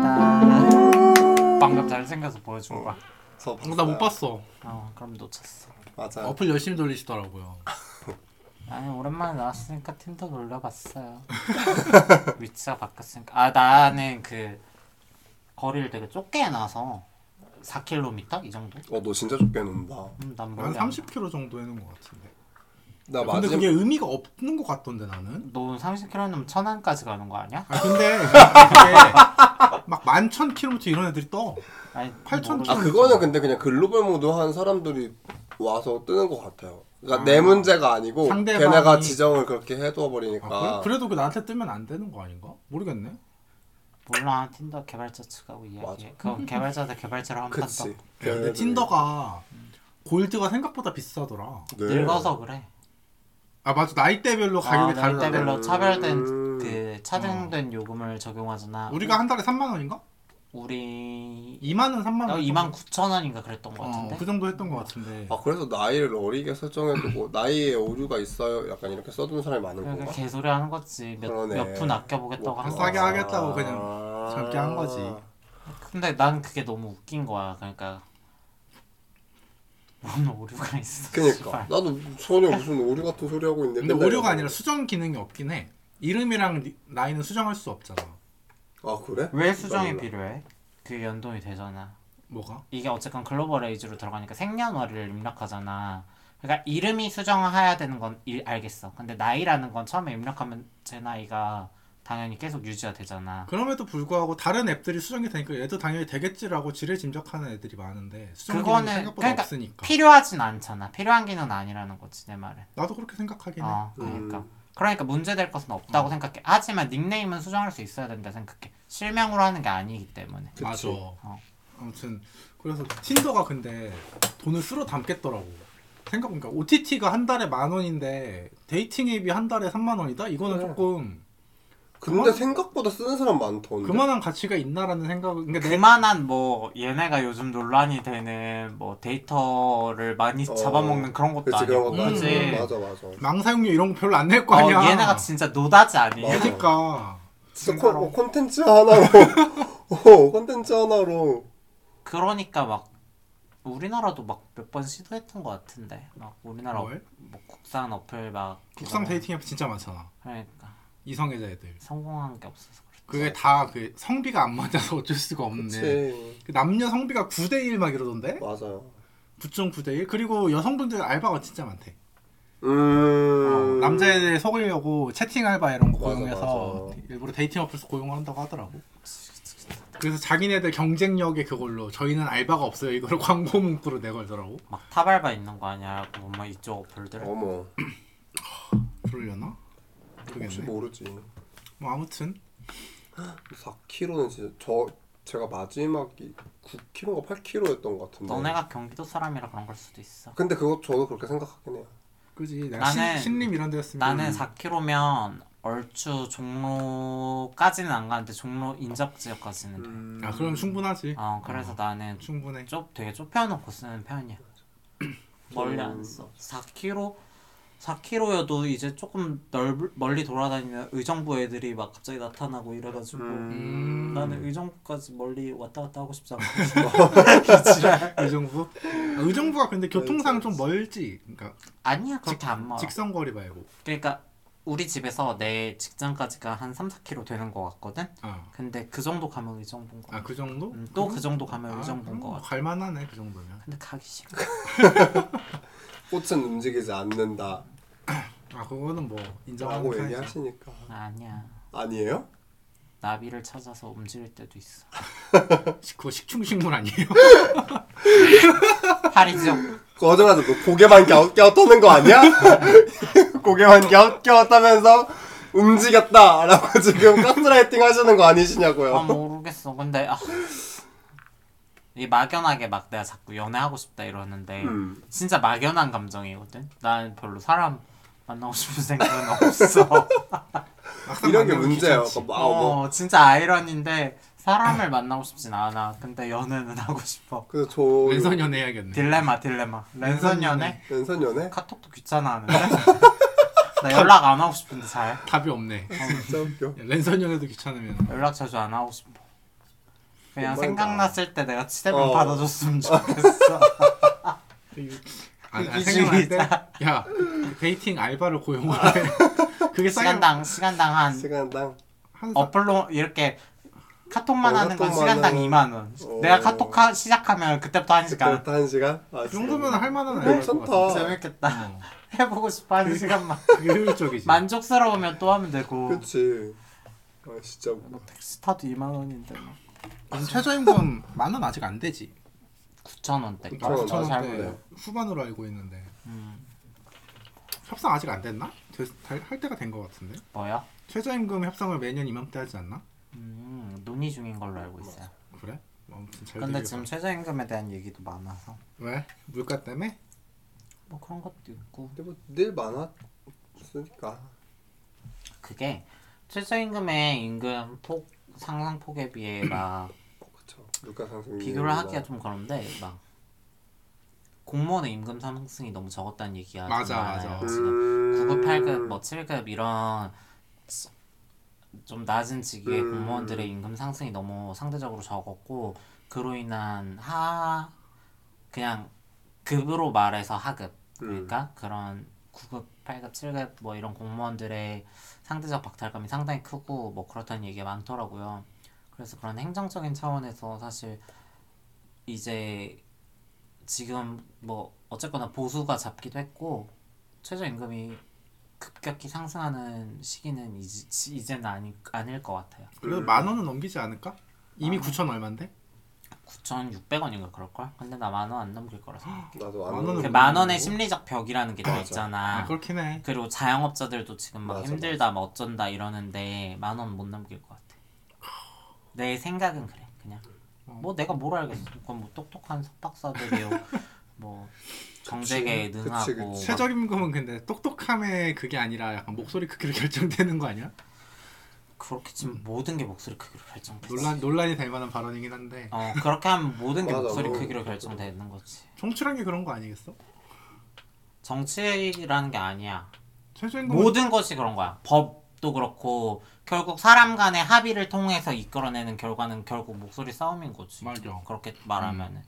네. 방금 잘생겨서 보여준 거야. 저 봤어요. 나못 봤어. 어, 그럼 놓쳤어. 맞아요. 어플 열심히 돌리시더라고요. 아니 오랜만에 나왔으니까 틴더 놀러봤어요. 위치가 바뀌었으니까. 아 나는 그 거리를 되게 좁게 놔서 4km 이 정도? 어, 너 진짜 좁게 논다. 음, 난 한 몰라. 30kg 정도 해놓은 것 같은데. 나 근데 마지막 그게 의미가 없는 것 같던데 나는. 너 30km면 천안까지 가는 거 아니야? 아 근데 그게 막 만천 킬로미터 이런 애들이 떠. 아니 8,000 모르겠어. 아 그거는 근데 그냥 글로벌 모드 한 사람들이 와서 뜨는 것 같아요. 그러니까 내 문제가 아니고 상대방이- 걔네가 지정을 그렇게 해둬 아, 버리니까. 그래? 그래도 그 나한테 뜨면 안 되는 거 아닌가? 모르겠네. 몰라 틴더 개발자 측하고 이야기해. 그건 개발자들 개발자로 한 판 그치. 네, 더. 근데 틴더가 골드가 생각보다 비싸더라. 네. 늙어서 그래. 아 맞아 나이대별로 아, 가격이 다르다. 어. 나이대별로 차별된 음. 그 차등된 요금을 적용하잖아. 우리가 한 달에 3만 원인가? 우리 2만 원, 3만 원. 어, 2만 9천 원인가 그랬던 것 같은데. 어, 그 정도 했던 것 같은데. 아 그래서 나이를 어리게 설정해두고 나이에 오류가 있어요. 약간 이렇게 써둔 사람이 많은 그러니까 건가? 개소리 하는 거지 그러네. 아. 몇몇푼 아껴보겠다고 한 뭐, 거. 싸게 야 하게- 하겠다고 그냥 젊게 한 거지. 근데 난 그게 너무 웃긴 거야. 그러니까 뭔 오류가 있어. 그니까 씨발. 나도 전혀 무슨 오류 같은 소리 하고 있는데 아, 근데 네. 맨날 오류가 이러고. 아니라 수정 기능이 없긴 해. 이름이랑 리- 나이는 수정할 수 없잖아. 아 그래? 왜 수정이 몰라. 필요해? 그게 연동이 되잖아. 뭐가? 이게 어쨌건 글로벌 에이지로 들어가니까 생년월일을 입력하잖아. 그러니까 이름이 수정해야 되는 건 일- 알겠어. 근데 나이라는 건 처음에 입력하면 제 나이가 당연히 계속 유지가 되잖아. 그럼에도 불구하고 다른 앱들이 수정이 되니까 얘도 당연히 되겠지라고 지레 짐작하는 애들이 많은데 수정 기능이 그거는 생각보다 그러니까 없으니까. 필요하진 않잖아. 필요한 기능은 아니라는 거지 내 말은. 나도 그렇게 네. 생각하긴 해. 어, 그러니까. 음. 그러니까 문제될 것은 없다고 생각해. 하지만 닉네임은 수정할 수 있어야 된다 생각해. 실명으로 하는 게 아니기 때문에. 그치. 맞아. 어. 아무튼 그래서 틴더가 근데 돈을 쓸어 담겠더라고. 생각보니까 OTT가 한 달에 만 원인데 데이팅 앱이 한 달에 3만 원이다? 이거는 네. 그래. 조금 근데 그만- 생각보다 쓰는 사람 많던데. 그만한 가치가 있나라는 생각. 그러니까 내 그만한 뭐 얘네가 요즘 논란이 되는 뭐 데이터를 많이 어. 잡아먹는 그런 것도 그치 그런 아니고 음. 것도 아니고. 그치? 네. 맞아 맞아. 망사용료 이런 거 별로 안 낼 거 어, 아니야. 얘네가 진짜 노다지 아니에요? 맞아. 그러니까 진짜 진짜로. 콘- 콘텐츠 하나로 어, 콘텐츠 하나로 그러니까 막 우리나라도 막 몇 번 시도했던 것 같은데 막 우리나라 뭘? 뭐 국산 어플 막 국상 이런- 데이팅 앱 진짜 많잖아. 그러니까 이성애자 애들. 성공한 게 없어서 그래 그게 다 그 성비가 안 맞아서 어쩔 수가 없는데. 그치 그 남녀 성비가 9대 1 막 이러던데? 맞아요 9.9대 1. 그리고 여성분들 알바가 진짜 많대. 어, 음 남자애들 속이려고 채팅 알바 이런 거 맞아, 고용해서 맞아. 일부러 데이팅 어플에서 고용한다고 하더라고. 그래서 자기네들 경쟁력에 그걸로 저희는 알바가 없어요. 이걸 광고 문구로 내걸더라고. 막 타발바 있는 거 아니라고 막 이쪽 어플들 어머 그러려나? 혹시 모르겠네. 모르지 뭐 아무튼 4kg는 진짜 저 제가 마지막이 9kg가 8kg였던 것 같은데 너네가 경기도 사람이라 그런 걸 수도 있어 음. 근데 그거 저도 그렇게 생각하긴 해요 그지. 내가 나는- 신, 신림 이런 데였으면 나는 4km면 얼추 종로까지는 안 가는데 종로 인접 지역까지는 돼. 음. 아 그럼 충분하지. 어 그래서 음. 나는 충분해. 좁 되게 좁혀놓고 쓰는 편이야. 멀리 안 써. 4km 4km여도 이제 조금 넓 멀리 돌아다니면 의정부 애들이 막 갑자기 나타나고 이래가지고 음. 나는 의정부까지 멀리 왔다 갔다 하고 싶지 않아. 의정부? 아, 의정부가 근데 네, 교통상 좀 멀지. 그러니까 아니야 그렇게 안 멀어. 직선 거리 말고. 그러니까 우리 집에서 내 직장까지가 한 3, 4km 되는 것 같거든. 아, 근데 그 정도 가면 의정부인 거. 아그 정도? 음, 또그 정도 가면 의정부인 거 아, 같아. 갈만하네 그 정도면. 근데 가기 싫어. 꽃은 움직이지 않는다 아 그거는 뭐 인정하고 라고 사야지. 얘기하시니까 아니야. 아니에요? 나비를 찾아서 움직일 때도 있어. 식- 그거 식충식물 아니에요? 파리죠. 거짓말도 너 고개만 갸웃갸웃 떠는 거 아니야? 고개만 갸웃갸웃 떠면서 움직였다 라고 지금 가스라이팅 하시는 거 아니시냐고요 아 모르겠어. 근데 아, 이 막연하게 막 내가 자꾸 연애하고 싶다 이러는데 음. 진짜 막연한 감정이거든. 난 별로 사람 만나고 싶은 생각은 없어. 막상 이런 게 만나면 문제예요. 귀찮지. 그러니까 막, 아, 뭐. 어 진짜 아이러니인데 사람을 만나고 싶진 않아. 근데 연애는 하고 싶어. 그래서 저 랜선 연애 해야겠네. 딜레마 딜레마. 랜선 연애? 랜선 연애? 카톡도 귀찮아하는데. 나 연락 안 하고 싶은데 잘. 어. 답이 없네. 진짜 웃겨. 랜선 연애도 귀찮으면 아, 연락 자주 안 하고 싶어. 그냥 뭔가. 생각났을 때 내가 치대면 어. 받아줬으면 좋겠어. 아니, 이기심이 아니 생각날 때야 데이팅 알바를 고용하래 그게 싸게 시간당 시간당 한 시간당 한 사- 어플로 이렇게 카톡만 어, 하는 건 카톡만 시간당 하는- 2만 원. 어. 내가 카톡 하, 시작하면 그때부터 한 시간. 그때부터 한 시간 아, 그 정도면 진짜. 할 만한 그래, 알바일 것 괜찮다. 같아 재밌겠다. 어. 해보고 싶어 하는 시간만. 그게 효율적이지 만족스러우면 또 하면 되고. 그러니까. 그치 아 진짜 뭐 택시 타도 2만 원인데 뭐. 그럼 최저임금 만원 아직 안 되지 9천 원대. 아, 그쵸, 잘 잘 원대 몰라요. 후반으로 알고 있는데 음, 협상 아직 안 됐나? 됐, 할- 할 때가 된 것 같은데 뭐야? 최저임금 협상을 매년 이맘때 하지 않나? 음, 논의 중인 걸로 뭐, 알고 있어요. 그래? 뭐 아무튼 잘 근데 되길 지금 바라. 최저임금에 대한 얘기도 많아서 왜? 물가 네. 때문에? 뭐 그런 것도 있고 근데 뭐늘 많았으니까 그게 최저임금의 임금 폭 상상 폭에 비해 막 그쵸 물가 상승 비교를 하기가 좀 그런데 막 공무원의 임금 상승이 너무 적었다는 얘기가 좀 맞아, 많아요. 맞아. 지금 9급, 8급, 뭐 7급 이런 좀 낮은 직위의 음. 공무원들의 임금 상승이 너무 상대적으로 적었고 그로 인한 하 그냥 급으로 말해서 하급 그러니까 그런 9급, 8급, 7급 뭐 이런 공무원들의 상대적 박탈감이 상당히 크고 뭐 그렇다는 얘기가 많더라고요. 그래서 그런 행정적인 차원에서 사실 이제 지금 뭐 어쨌거나 보수가 잡기도 했고 최저임금이 급격히 상승하는 시기는 이제, 지- 이제는 아니, 아닐 것 같아요. 그래도 음. 만 원은 넘기지 않을까? 이미 만 원. 9천 얼마인데? 9,600원인가 그럴걸? 근데 나 만 원 안 넘길 거라서. 나도 만 원은 안 못 그 만 넘기고. 원의 심리적 벽이라는 게 또 맞아. 아, 있잖아. 그렇긴 해 그리고 자영업자들도 지금 막 맞아, 힘들다 막 어쩐다 이러는데 만 원 못 넘길 것 같아. 내 생각은 그래. 그냥 어. 뭐 내가 뭘 알겠어. 그건 뭐 똑똑한 석박사들이요. 뭐 정재계에 그치, 능하고 그치. 막 최저임금은 근데 똑똑함에 그게 아니라 약간 목소리 크기로 결정되는 거 아니야? 그렇게 음. 지금 모든 게 목소리 크기로 결정돼. 논란, 논란이 될 만한 발언이긴 한데 어 그렇게 하면 모든 게 맞아, 목소리 뭐. 크기로 결정되는 거지. 총출한 게 그런 거 아니겠어? 정치라는 게 아니야. 최저임금은 모든 것이 그런 거야. 법도 그렇고 결국 사람 간의 합의를 통해서 이끌어내는 결과는 결국 목소리 싸움인 거지. 맞아. 그렇게 말하면은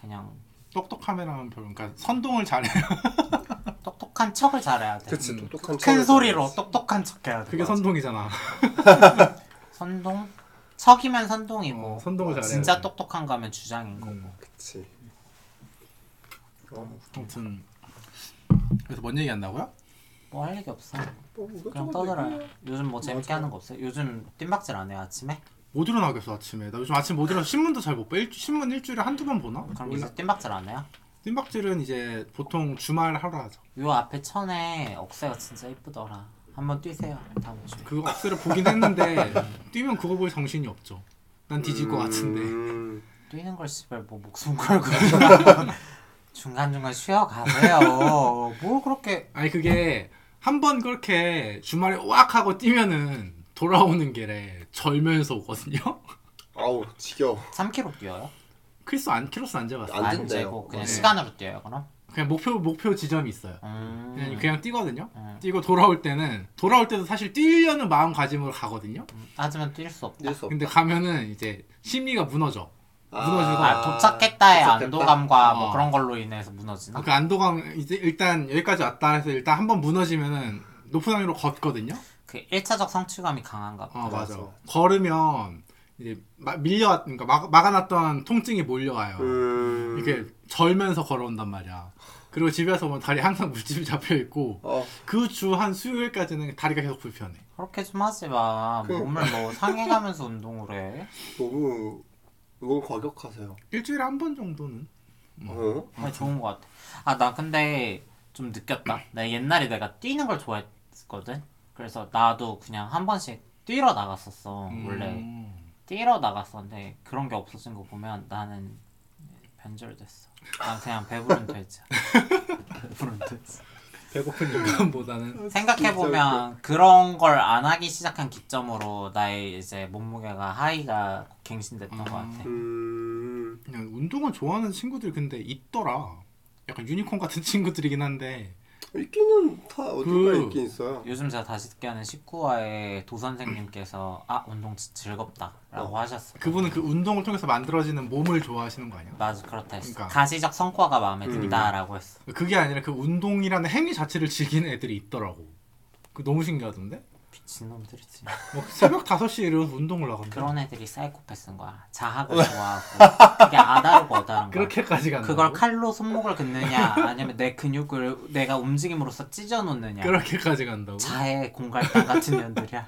그냥 똑똑함이랑은 별로 그러니까 선동을 잘해 똑똑한 척을 잘해야 돼. 그치 음. 똑똑한 큰 척을 소리로 잘했어. 똑똑한 척해야 돼. 그게 선동이잖아 선동 척이면 선동이고 어, 선동을 잘해 진짜 똑똑한 거면 주장인 거고. 음. 그치 어, 아무튼 그래서 뭔 얘기 한다고요? 뭐 할 얘기 없어. 뭐 그냥 이것저것 떠들어요. 얘기해. 요즘 뭐 재밌게 맞아. 하는 거 없어요? 요즘 뜀박질 안 해요 아침에? 못 일어나겠어 아침에 나 요즘 아침 못 일어나 신문도 잘 못 봐 일주, 신문 일주일에 한두 번 보나? 그럼 몰라. 이제 뜀박질 안 해요? 뜀박질은 이제 보통 주말 하루 하죠 요 앞에 천에 억새가 진짜 이쁘더라. 한번 뛰세요 다음 주에. 그 억스를 보긴 했는데 뛰면 그거 볼 정신이 없죠 난 뒤질 것 같은데 음. 뛰는 걸 씨발 뭐 목숨 걸고 중간 중간 쉬어 가세요. 뭘 그렇게 아니 그게 한 번 그렇게 주말에 오악 하고 뛰면은 돌아오는 길에 절면서 오거든요 아우 지겨워 3km 뛰어요? 크리스 안 키로스 안 재봤어 안 된대요. 재고 그냥 네. 시간으로 뛰어요 그럼? 그냥 목표 목표 지점이 있어요 음. 그냥, 그냥 뛰거든요 음. 뛰고 돌아올 때는 돌아올 때도 사실 뛰려는 마음가짐으로 가거든요 하지만 뛸 수 없다. 일수 없 근데 가면은 이제 심리가 무너져 무너지고 아 도착했다의 도착했다? 안도감과 어. 뭐 그런 걸로 인해서 무너지나? 그 안도감 이제 일단 여기까지 왔다 해서 일단 한 번 무너지면은 높은 확률로 걷거든요. 그 1차적 성취감이 강한가 봐. 어 맞아. 맞아. 걸으면 이제 마, 밀려 그러니까 막, 막아놨던 통증이 몰려와요. 음. 이렇게 절면서 걸어온단 말이야. 그리고 집에서 보면 다리 항상 물집이 잡혀 있고 어 그 주 한 수요일까지는 다리가 계속 불편해. 그렇게 좀 하지 마. 그- 몸을 뭐 상해가면서 운동을 해. 너무 너무 과격하세요 일주일에 한 번 정도는. 음. 어? 정말 좋은 것 같아. 아, 나 근데 좀 느꼈다. 나 옛날에 내가 뛰는 걸 좋아했거든. 그래서 나도 그냥 한 번씩 뛰러 아, 나갔었어. 원래 음. 뛰러 나갔었는데 그런 게 없어진 거 보면 나는 변절됐어. 난 그냥 배부른 돼지야. 배부른 돼지. 배고픈 인간보다는 생각해보면 그런 걸 안 하기 시작한 기점으로 나의 이제 몸무게가 하이가 갱신됐던 음. 것 같아. 음. 그냥 운동을 좋아하는 친구들 근데 있더라. 약간 유니콘 같은 친구들이긴 한데 있기는 다 어딘가 그- 있긴 있어요. 요즘 제가 다시 듣게 하는 19화의 도 선생님께서 아 운동 지- 즐겁다라고 하셨어요. 그분은 그 운동을 통해서 만들어지는 몸을 좋아하시는 거 아니야? 맞아 그렇다 했어. 그러니까. 가시적 성과가 마음에 음. 든다라고 했어. 그게 아니라 그 운동이라는 행위 자체를 즐기는 애들이 있더라고. 그 너무 신기하던데? 미친놈들이지. 막 새벽 5시에 일어나서 운동을 나간다. 그런 애들이 사이코패스인 거야. 자학을 좋아하고 그게 아다르고 어다른 거야. 그렇게까지 간다. 그걸 칼로 손목을 긋느냐 아니면 내 근육을 내가 움직임으로써 찢어 놓느냐. 그렇게까지 간다고? 자해 공갈단 같은 년들이야.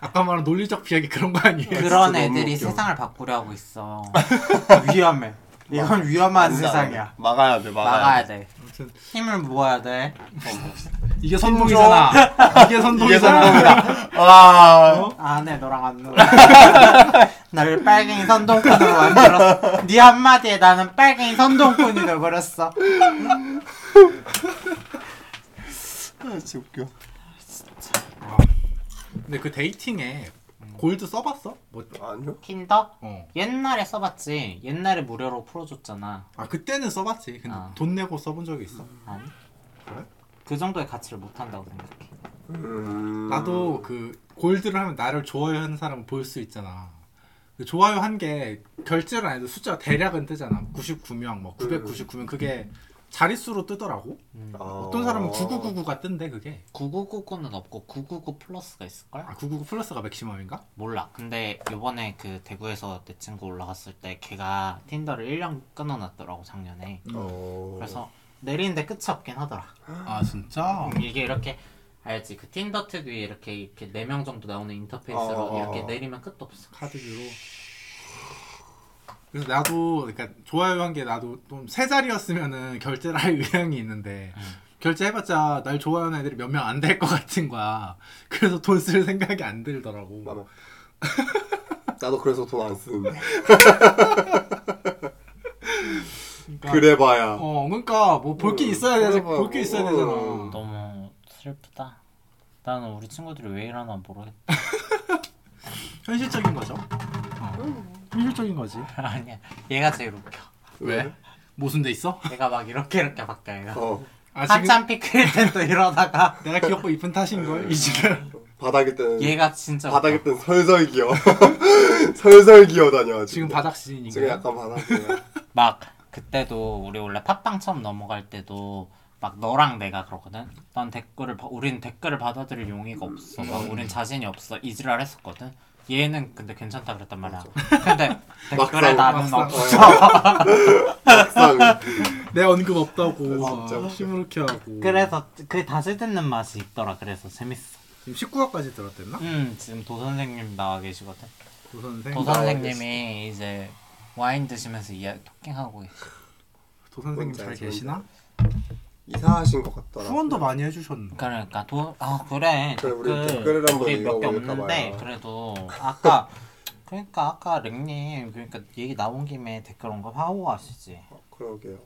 아까 말한 논리적 비약이 그런 거 아니에요? 그런 진짜 너무 애들이 웃겨. 세상을 바꾸려 하고 있어. 위험해. 이건 위험한 세상이야. 막아야 돼, 막아야, 막아야 돼. 아무튼 힘을 모아야 돼. 이게 선동이잖아. 이게 이게 선동이잖아. 성공이다. 와, 안해 너랑 안 놀아. 널 빨갱이 선동꾼으로 만들었어. 네 한마디에 나는 빨갱이 선동꾼이 돼버렸어. 진짜 웃겨. 아. 근데 그 데이팅에 골드 써봤어? 뭐? 아니요. 킨더? 어. 옛날에 써봤지. 옛날에 무료로 풀어줬잖아. 아 그때는 써봤지. 근데 아. 돈 내고 써본 적이 있어. 아니? 그래? 그 정도의 가치를 못한다고 생각해. 음... 나도 그 골드를 하면 나를 좋아요하는 사람을 볼 수 있잖아. 그 좋아요 한 게 결제를 안 해도 숫자가 대략은 뜨잖아. 99명, 뭐 999명 그게 자릿수로 뜨더라고. 음. 어떤 사람은 9999가 뜬대 그게. 9999는 없고 999 플러스가 있을걸? 아 999 플러스가 맥시멈인가? 몰라. 근데 요번에 그 대구에서 내 친구 올라갔을 때 걔가 틴더를 1년 끊어놨더라고 작년에. 어... 그래서 내리는데 끝이 없긴 하더라. 아 진짜? 이게 이렇게 알지 그 틴더 특유의 이렇게 이렇게 네 명 정도 나오는 인터페이스로 어. 이렇게 내리면 끝도 없어. 카드로. 그래서 나도 그러니까 좋아요 한 게 나도 좀 세 자리였으면은 결제를 할 의향이 있는데 결제해봤자 날 좋아하는 애들이 몇 명 안 될 것 같은 거야. 그래서 돈 쓸 생각이 안 들더라고. 맞아. 나도 그래서 돈 안 쓰는데. 그러니까, 그래봐야. 어, 그러니까 뭐 볼 게 음, 있어야 되잖아. 그래봐, 볼게 있어야 뭐. 되잖아. 너무 슬프다. 나는 우리 친구들이 왜 이러나 모르겠다. 현실적인 거죠. 어. 현실적인 거지. 아니야 얘가 제일 웃겨. 왜? 모순돼 있어? 얘가 막 이렇게 이렇게 바뀌어. 얘가. 어. 아 지금 한참 피클일 땐또 이러다가 내가 귀엽고 이쁜 탓인 걸이 지금. 바닥에 뜨는 예. 얘가 진짜 웃겨. 바닥에 뜨는 설설 기어. 설설 기어 다녀. 지금 바닥 시즌인가? 지금 약간 바닥이야. 막 그때도 우리 원래 팟빵 처음 넘어갈 때도 막 너랑 내가 그러거든. 난 댓글을 봐- 우린 댓글을 받아들일 용의가 없어. 막 우린 자신이 없어. 이지랄 했었거든. 얘는 근데 괜찮다 그랬단 말이야. 근데 댓글에 막상, 나는 막상. 없어. 막상 내 언급 없다고 아, 진짜 막 웃겨. 시무룩해 하고 그래서 그 다시 듣는 맛이 있더라. 그래서 재밌어. 지금 19화까지 들었댔나? 음 지금 도 선생님 나와 계시거든. 도 선생 도 도, 선생님이 이제 와인 드시면서 이야 토킹하고 계시. 선생님 뭔지 아, 잘 알지, 계시나? 이사하신 것 같더라. 후원도 많이 해주셨나? 그러니까 도아 그래 그래, 우리 댓글 댓글을 한번 우리 몇 개 읽어볼까 없는데 봐요. 그래도 아까 그러니까 아까 랭님 그러니까 얘기 나온 김에 댓글 온 거 화호하시지 그러게요.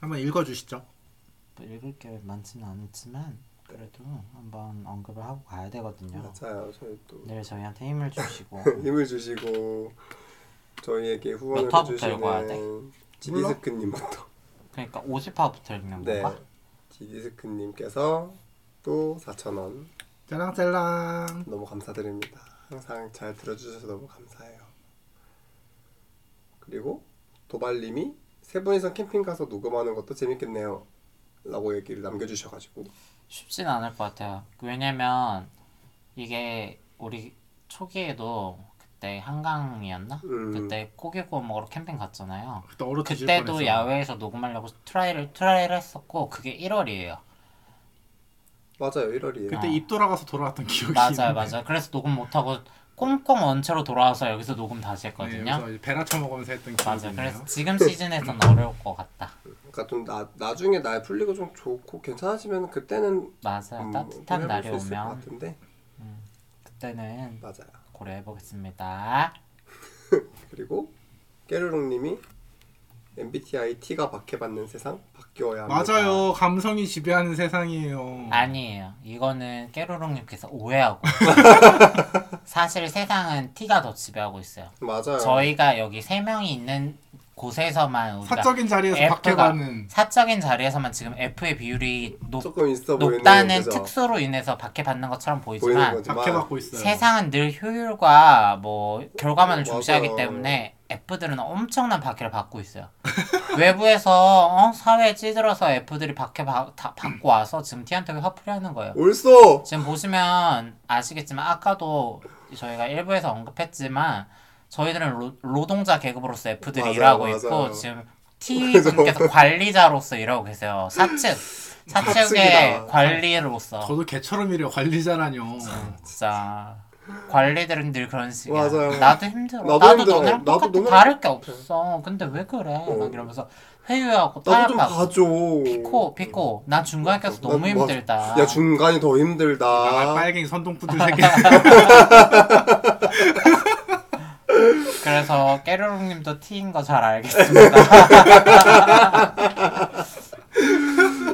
한번 읽어주시죠. 뭐 읽을 게 많지는 않지만 그래도 한번 언급을 하고 가야 되거든요 맞아요. 네. 저희 또 늘 저희한테 힘을 주시고 힘을 주시고 저희에게 후원을 몇 화부터 읽어야 해주시는 지디스크님부터. 그러니까 50화부터 읽는 네. 건가? 지디스크님께서 또 4천 원 짤랑짤랑. 너무 감사드립니다. 항상 잘 들어주셔서 너무 감사해요. 그리고 도발님이 세 분이서 캠핑 가서 녹음하는 것도 재밌겠네요. 라고 얘기를 남겨주셔가지고 쉽진 않을 것 같아요 왜냐면 이게 우리 초기에도 그때 한강이었나? 음. 그때 고기 구워 먹으러 캠핑 갔잖아요 그때 얼어터질 그때도 뻔했어. 야외에서 녹음하려고 트라이를 트라이를 했었고 그게 1월이에요. 맞아요 1월이에요. 그때 입 돌아가서 돌아왔던 기억이 맞아요, 맞아요. 그래서 녹음 못 하고 꽁꽁 원체로 돌아와서 여기서 녹음 다시 네, 했거든요. 그래서 이제 베라 처먹으면서 했던 기억이 맞아요. 있네요. 그래서 지금 시즌에서는 어려울 것 같다. 그러니까 좀 나, 나중에 날 풀리고 좀 좋고 괜찮아지면 그때는 맞아요. 음, 네, 따뜻한 고려해볼 날이 수 있을 것 오면 같은데 그때는 맞아요. 고려해 보겠습니다. 그리고 깨르롱님이 MBTI T가 박해받는 세상 바뀌어야 합니다. 맞아요. 감성이 지배하는 세상이에요. 아니에요. 이거는 깨로롱님께서 오해하고 사실 세상은 티가 더 지배하고 있어요. 맞아요. 저희가 여기 세 명이 있는 곳에서만 우리가 사적인 자리에서 F가 박해받는 사적인 자리에서만 지금 F의 비율이 높, 조금 있어 보이는 높다는 그죠? 특수로 인해서 박해받는 것처럼 보이는 보이지만 거지. 박해받고 있어요. 세상은 늘 효율과 뭐 어, 결과만을 맞아. 중시하기 때문에 F들은 엄청난 박해를 받고 있어요. 외부에서 어? 사회에 찌들어서 F들이 박해 바, 다 받고 와서 지금 T한테 화풀이하는 거예요. 올쏘 지금 보시면 아시겠지만 아까도 저희가 1부에서 언급했지만 저희들은 로, 노동자 계급으로서 F들이 맞아요, 일하고 맞아요. 뭐 있고 지금 T분께서 관리자로서 일하고 계세요. 사측. 사측의 사측이다. 관리로서 저도 개처럼 이래 관리자라뇨. 아. 진짜 관리들은 늘 그런 식이야. 맞아요. 나도 힘들어. 나도 나도, 힘들어. 너네랑 나도 똑같아. 너네랑 다를 게 없어. 근데 왜 그래? 막 이러면서 회유하고 나도 좀 타협하고 봐줘 피코 피코 난 중간에 껴서 나- 너무 맞아. 힘들다. 야 중간이 더 아, 힘들다 빨갱이 선동푸들 새끼. 그래서 깨르롱님도 T인 거 잘 알겠습니다.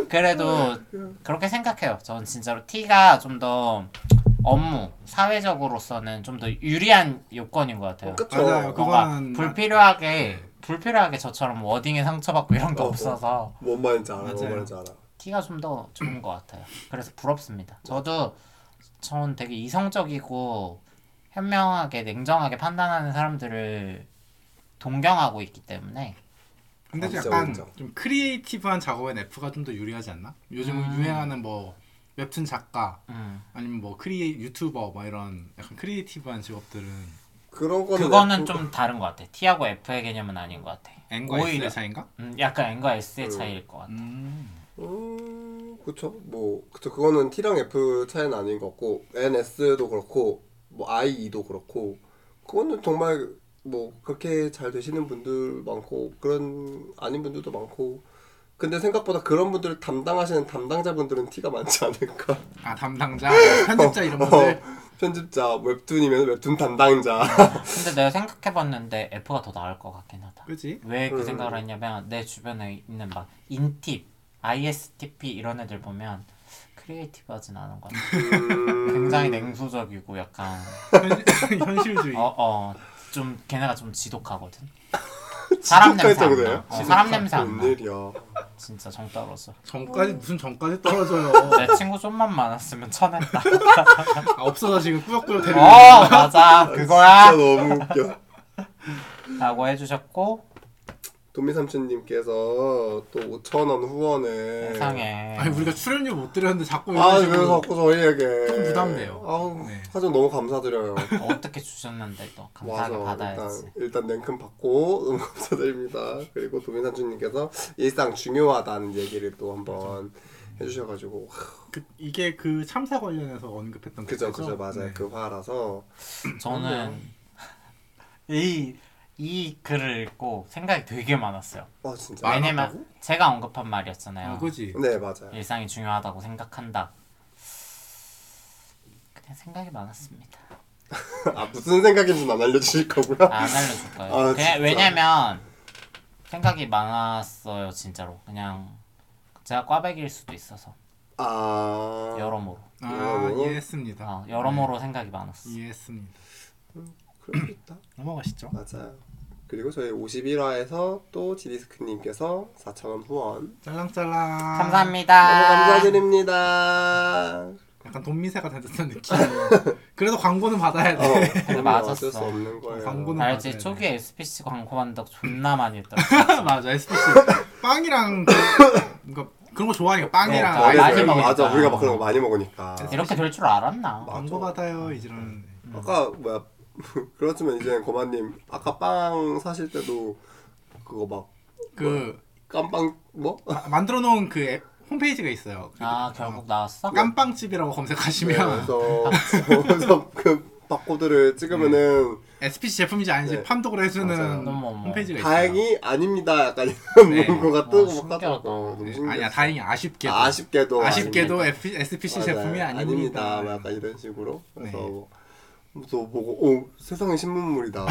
그래도 그렇게 생각해요. 전 진짜로 T가 좀 더 업무 사회적으로서는 좀 더 유리한 요건인 것 같아요. 그쵸 맞아요. 뭔가 그거는 불필요하게 불필요하게 저처럼 워딩에 상처받고 이런 거 어, 어. 없어서 뭔 말인지 알아 뭔 맞아요. 말인지 알아 T가 좀 더 좋은 것 같아요. 그래서 부럽습니다. 저도 전 되게 이성적이고 현명하게 냉정하게 판단하는 사람들을 동경하고 있기 때문에 근데 진짜 약간 어렵죠. 좀 크리에이티브한 작업엔 F가 좀 더 유리하지 않나? 요즘 음. 유행하는 뭐 웹툰 작가 음. 아니면 뭐 크리에 유튜버 뭐 이런 약간 크리에이티브한 직업들은 그런 거는 그거는 F- 좀 다른 것 같아. T하고 F의 개념은 아닌 것 같아. N과 S의 오히려. 차인가? 음, 약간 N과 S의 음. 차이일 것 같아. 음. 음, 그쵸. 뭐, 그쵸. 그거는 T랑 F 차이는 아닌 것 같고, NS도 그렇고, 뭐, IE도 그렇고, 그거는 정말, 뭐, 그렇게 잘 되시는 분들 많고, 그런, 아닌 분들도 많고, 근데 생각보다 그런 분들을 담당하시는 담당자분들은 T가 많지 않을까. 아 담당자, 편집자 이런 분들 편집자, 웹툰이면 웹툰 담당자. 근데 내가 생각해봤는데 F가 더 나을 것 같긴 하다. 그지? 왜 그 음. 생각을 했냐면 내 주변에 있는 막 인팁, ISTP 이런 애들 보면 크리에이티브하진 않은 것 같아. 음, 굉장히 냉소적이고 약간 현실, 현실주의. 어. 어어좀 걔네가 좀 지독하거든. 사람 지독할 냄새 안 정도예요? 나. 어, 사람 냄새 안 나. 웬일이야. 진짜 정 떨어져. 전까지 무슨 전까지 떨어져요. 내 친구 좀만 많았으면 쳐냈다. 아, 없어서 지금 꾸역꾸역 데리고. 어 맞아 진짜 그거야. 너무 웃겨. 라고 해주셨고 도미삼촌님께서 또 5천원 후원을 세상에. 네. 아니 우리가 출연료 못 드렸는데 자꾸 이런 아, 왜 식으로 자꾸 저희에게 좀 부담돼요. 아우, 네. 사전 너무 감사드려요. 어떻게 주셨는데 또 감사하게 받아야지. 일단 일단 냉큼 받고 너무 감사드립니다. 그리고 도민산주님께서 일상 중요하다는 얘기를 또 한번 해주셔가지고 그, 이게 그 참사 관련해서 언급했던 그죠 거죠? 그죠 맞아요 네. 그 화라서 저는 이 이 글을 읽고 생각이 되게 많았어요. 아 진짜 많이- 왜냐면 많았다고? 제가 언급한 말이었잖아요. 아, 그지. 네 맞아요 일상이 중요하다고 생각한다. 그냥 생각이 많았습니다. 아 무슨 생각인지는 안 알려주실 거고요 안 알려줄 거예요. 아, 진짜. 그냥 왜냐면 생각이 많았어요, 진짜로. 그냥 제가 꽈배기일 수도 있어서 아 여러모로, 아 뭐라고요? 이해했습니다. 어, 여러모로 생각이 많았어. 네, 이해했습니다. 그렇겠다 넘어가시죠. 맞아요 그리고 저희 51화에서 또 지디스크님께서 4천원 후원 짤랑짤랑. 아, 너무 아. 감사합니다. 감사드립니다 약간 돈 미세가 다 듯한 느낌. 그래도 광고는 받아야 돼. 근데 네. 맞았어. 맞았어. 어쩔 수 없는 거예요. 광고는- 알지? 맞아요. 초기에 SPC 광고 만덕 존나 많이 했더라고. 맞아 SPC 빵이랑 그- 그러니까 그런 거 좋아하니까 어, 빵이랑 네, 많이 아이스크림. 먹으니까. 맞아, 우리가 막 그런 거 많이 먹으니까. 이렇게 될 줄 알았나? 맞아. 음. 광고 받아요 이지라는. 아까 뭐야? 그렇지만 이제 고마님 아까 빵 사실 때도 그거 막 그 깜빵 뭐? 만들어 놓은 그 앱, 홈페이지가 있어요. 그- 그러니까. 아 결국 나왔어? 깜빵집이라고 검색하시면 네, 그래서 그래서 그 바코드를 찍으면은 SPC 제품인지 아닌지 네. 판독을 해주는 맞아요. 어머, 어머. 홈페이지가 있어요. 다행히 아닙니다. 약간 이런 네. 거가 어, 뜨고 막 신기하다. 하더라고. 너무 신기했어. 아니야 다행히 아쉽게도 아, 아쉽게도 아쉽게도 FP SPC 제품이 네. 맞아요. 아닙니다. 아닙니다. 막 약간 이런 식으로. 그래서 네. 뭐, 또 보고 어 세상은 신문물이다.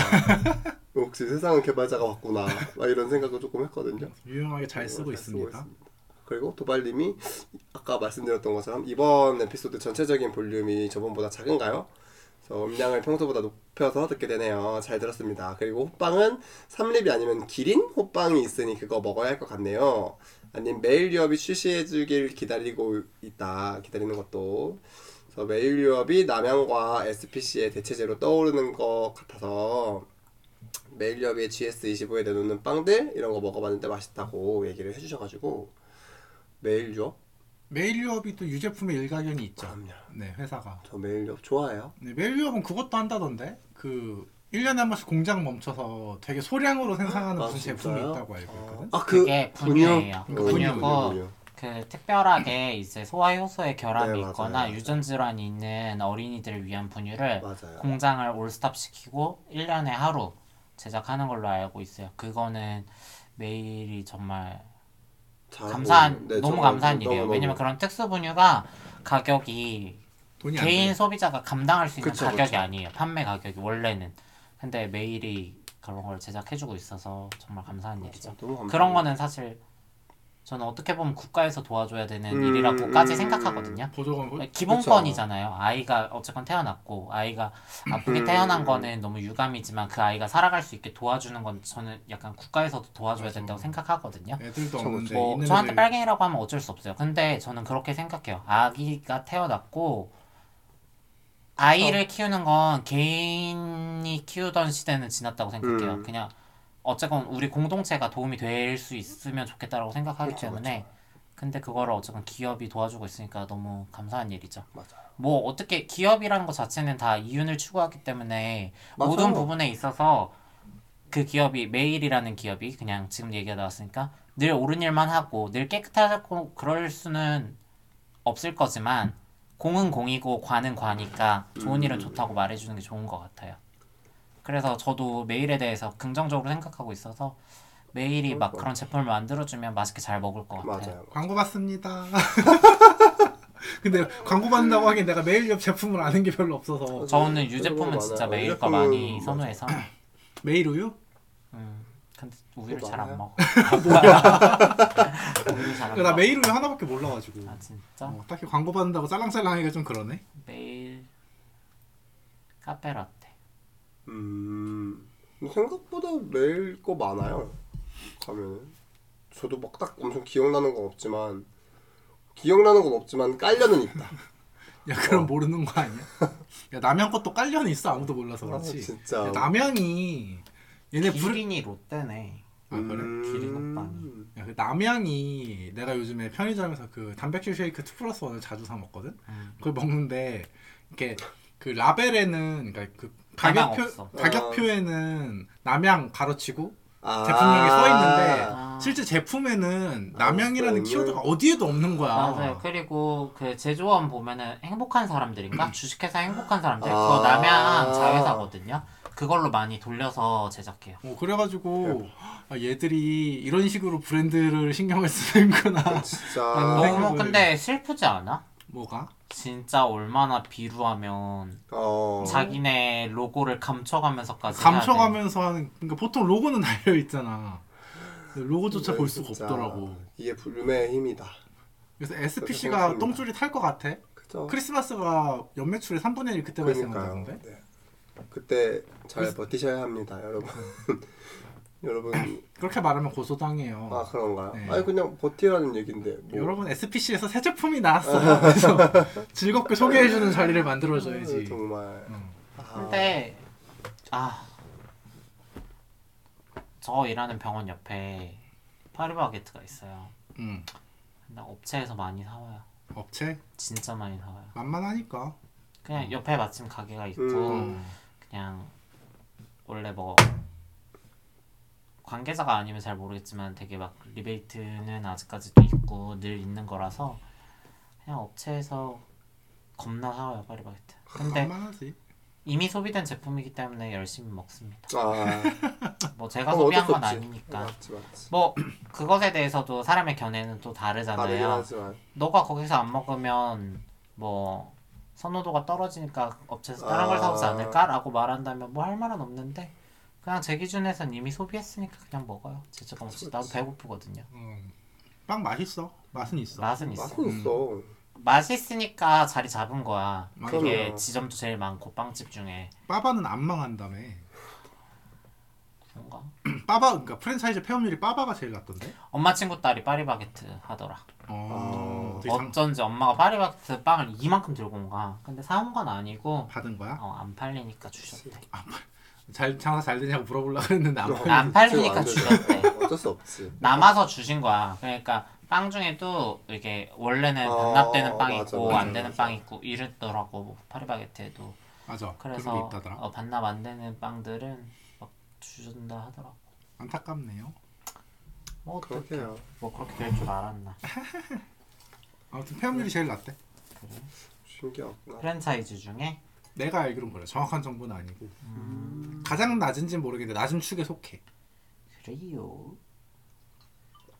역시 세상은 개발자가 왔구나. 막 이런 생각을 조금 했거든요. 유용하게 잘 쓰고 네, 잘 쓰고 있습니다. 그리고 도발님이 아까 말씀드렸던 것처럼 이번 에피소드 전체적인 볼륨이 저번보다 작은가요? 그래서 음량을 평소보다 높여서 듣게 되네요. 잘 들었습니다. 그리고 호빵은 삼립이 아니면 기린 호빵이 있으니 그거 먹어야 할 것 같네요. 아님 매일 유업이 출시해주길 기다리고 있다. 기다리는 것도. 그래서 매일 유업이 남양과 SPC의 대체제로 떠오르는 것 같아서 매일 유업이 GS25에 내놓는 빵들 이런 거 먹어봤는데 맛있다고 얘기를 해주셔가지고 매일 유업? 메일 유업이 또 유제품의 일가견이 있죠. 그럼요. 네 회사가. 저 매일 유업 좋아해요. 네, 메일 유업은 그것도 한다던데 그 1년에 한 번씩 공장 멈춰서 되게 소량으로 생산하는 아, 무슨 제품이 진짜요? 있다고 알고 있거든. 아, 그 그게 분유예요. 그 분유고 그 특별하게 이제 소화 효소에 결함이 네, 맞아요, 있거나 맞아요. 유전 질환이 있는 어린이들을 위한 분유를 맞아요. 공장을 올스톱 시키고 1년에 하루 제작하는 걸로 알고 있어요. 그거는 매일이 정말 잘하고 감사한 있는- 네, 너무 정말 감사한 일이에요. 너무너무. 왜냐면 그런 특수 분유가 가격이 돈이 안 개인 돼. 소비자가 감당할 수 있는 그쵸, 가격이 그쵸. 아니에요. 판매 가격이 원래는. 근데 매일이 그런 걸 제작해주고 있어서 정말 감사한 일이죠. 너무 감사해요. 그런 거는 사실 저는 어떻게 보면 국가에서 도와줘야 되는 음, 일이라고까지 음. 생각하거든요. 보조금 네, 기본권이잖아요. 아이가 어쨌건 태어났고 아이가 아프게 음. 태어난 거는 너무 유감이지만 그 아이가 살아갈 수 있게 도와주는 건 저는 약간 국가에서도 도와줘야 맞아. 된다고 생각하거든요. 애들도 저거 없는데 뭐 있는 저한테 애들- 빨갱이라고 하면 어쩔 수 없어요. 근데 저는 그렇게 생각해요. 아기가 태어났고 아이를 키우는 건 개인이 키우던 시대는 지났다고 생각해요. 음. 그냥 어쨌건 우리 공동체가 도움이 될 수 있으면 좋겠다라고 생각하기 그쵸, 때문에 근데 그거를 어쨌건 기업이 도와주고 있으니까 너무 감사한 일이죠. 맞아요. 뭐 어떻게 기업이라는 것 자체는 다 이윤을 추구하기 때문에 맞아요. 모든 부분에 있어서 그 기업이 메일이라는 기업이 그냥 지금 얘기가 나왔으니까 늘 옳은 일만 하고 늘 깨끗하고 그럴 수는 없을 거지만 공은 공이고 관은 관이니까 좋은 음. 일은 좋다고 말해주는 게 좋은 것 같아요. 그래서 저도 메일에 대해서 긍정적으로 생각하고 있어서 메일이 막 그런 제품을 만들어주면 맛있게 잘 먹을 것 같아요. 그러니까. 맞아요. 광고 받습니다. 근데 광고 받는다고 하기엔 내가 메일 옆 제품을 아는 게 별로 없어서 저는 그런 유제품은 거 진짜 많아요. 메일과 유제품은 많이 맞아요. 선호해서 메일 우유? 음, 근데 우유를 또 잘 안 많아요? 먹어. 우유를 잘 안 그러니까 나 먹어. 메일 우유 하나밖에 몰라가지고 아 진짜 어, 딱히 광고 받는다고 짤랑짤랑하기가 좀 그러네. 매일 카페라떼. 음 생각보다 매일 거 많아요. 가면은 저도 막 딱 엄청 기억나는 건 없지만 기억나는 건 없지만 깔려는 있다. 야 그럼 모르는 거 아니야? 야 남양 것도 깔려는 있어 아무도 몰라서 아, 그렇지. 진짜. 야, 남양이 얘네 불 기린이 롯데네. 아, 음. 그래? 기린 호빵이. 야, 그 남양이 내가 요즘에 편의점에서 그 단백질 쉐이크 2 플러스 1을 자주 사 먹거든? 음. 그걸 먹는데 이렇게 그 라벨에는 그러니까 그 가망 가격표 없어. 가격표에는 남양 가로치고 아. 제품명이 써 있는데 아. 실제 제품에는 아, 남양이라는 없어요. 키워드가 어디에도 없는 거야. 맞아요. 그리고 그 제조원 보면은 행복한 사람들인가 주식회사 행복한 사람들 아. 그거 남양 자회사거든요. 그걸로 많이 돌려서 제작해요. 어, 네. 그래가지고 아, 얘들이 이런 식으로 브랜드를 신경을 쓰는구나. 진짜. 아, 너무 생각을- 근데 슬프지 않아? 뭐가? 진짜 얼마나 비루하면 어. 자기네 로고를 감춰가면서까지 해야 돼. 감춰가면서 하는. 그러니까 보통 로고는 달려 있잖아. 로고조차 볼 수가 네, 진짜 없더라고. 이게 불매의 힘이다. 그래서 생각합니다. SPC가 똥줄이 탈 것 같아. 그죠? 크리스마스가 연매출의 3분의 1 그때 그러니까요. 발생한다던데. 네. 그때 잘 버티셔야 합니다, 여러분. 여러분 그렇게 말하면 고소당해요. 아 그런가요? 네. 아니 그냥 버티라는 얘긴데 뭐. 여러분 SPC에서 새 제품이 나왔어요. 그래서 즐겁게 소개해주는 자리를 어, 만들어줘야지. 정말 응. 아, 근데 아. 저 일하는 병원 옆에 파리바게트가 있어요. 응. 나 업체에서 많이 사와요. 업체 진짜 많이 사와요. 만만하니까. 그냥 옆에 마침 가게가 있고 음. 응. 그냥 원래 뭐 관계자가 아니면 잘 모르겠지만 되게 막 리베이트는 아직까지도 있고 늘 있는 거라서 그냥 업체에서 겁나 사와요 파리바게트. 근데 만만하지. 이미 소비된 제품이기 때문에 열심히 먹습니다. 아 뭐 제가 그럼 소비한 어쩔 건 수 없지. 아니니까. 맞지 맞지 뭐 그것에 대해서도 사람의 견해는 또 다르긴 다르잖아요. 하지만 너가 거기서 안 먹으면 뭐 선호도가 떨어지니까 업체에서 다른 걸 아. 사오지 않을까라고 말한다면 뭐 할 말은 없는데 그냥 제 기준에선 이미 소비했으니까 그냥 먹어요. 죄책 없이 나도 배고프거든요. 응. 빵 맛있어. 맛은 있어. 네. 음. 맛은 있어. 맛은 있어 맛있으니까 자리 잡은 거야. 맞아. 그게 지점도 제일 많고 빵집 중에 빠바는 안 망한다며. 그런가? 빠바 그러니까 프랜차이즈 폐업률이 빠바가 제일 낮던데. 엄마 친구 딸이 파리바게트 하더라. 어. 되게 장 어쩐지 그 엄마가 파리바게트 빵을 이만큼 들고 온 거야. 근데 사온 건 아니고 받은 거야? 어, 안 팔리니까 주셨대. 잘 장사 잘 되냐고 물어보려고 그랬는데 안 어. 팔려. 안 팔리니까 안 되죠. 주셨대. 어쩔 수 없지. 남아서 주신 거야. 그러니까 빵 중에도 이게 원래는 어, 반납되는 빵이 맞아, 있고 맞아, 안 되는 맞아. 빵이 있고 이랬더라고 뭐 파리바게트에도. 맞아. 그래서 그래서 그런 게 있다더라. 어, 반납 안 되는 빵들은 막 주준다 하더라고. 안타깝네요. 뭐 어떻게 그렇게요. 뭐 그렇게 될 줄 알았나. 아무튼 폐업률이 제일 낮대. 신기하구나. 프랜차이즈 중에 내가 알기로는 그래. 정확한 정보는 아니고 음. 가장 낮은지는 모르겠는데 낮은 축에 속해. 그래요.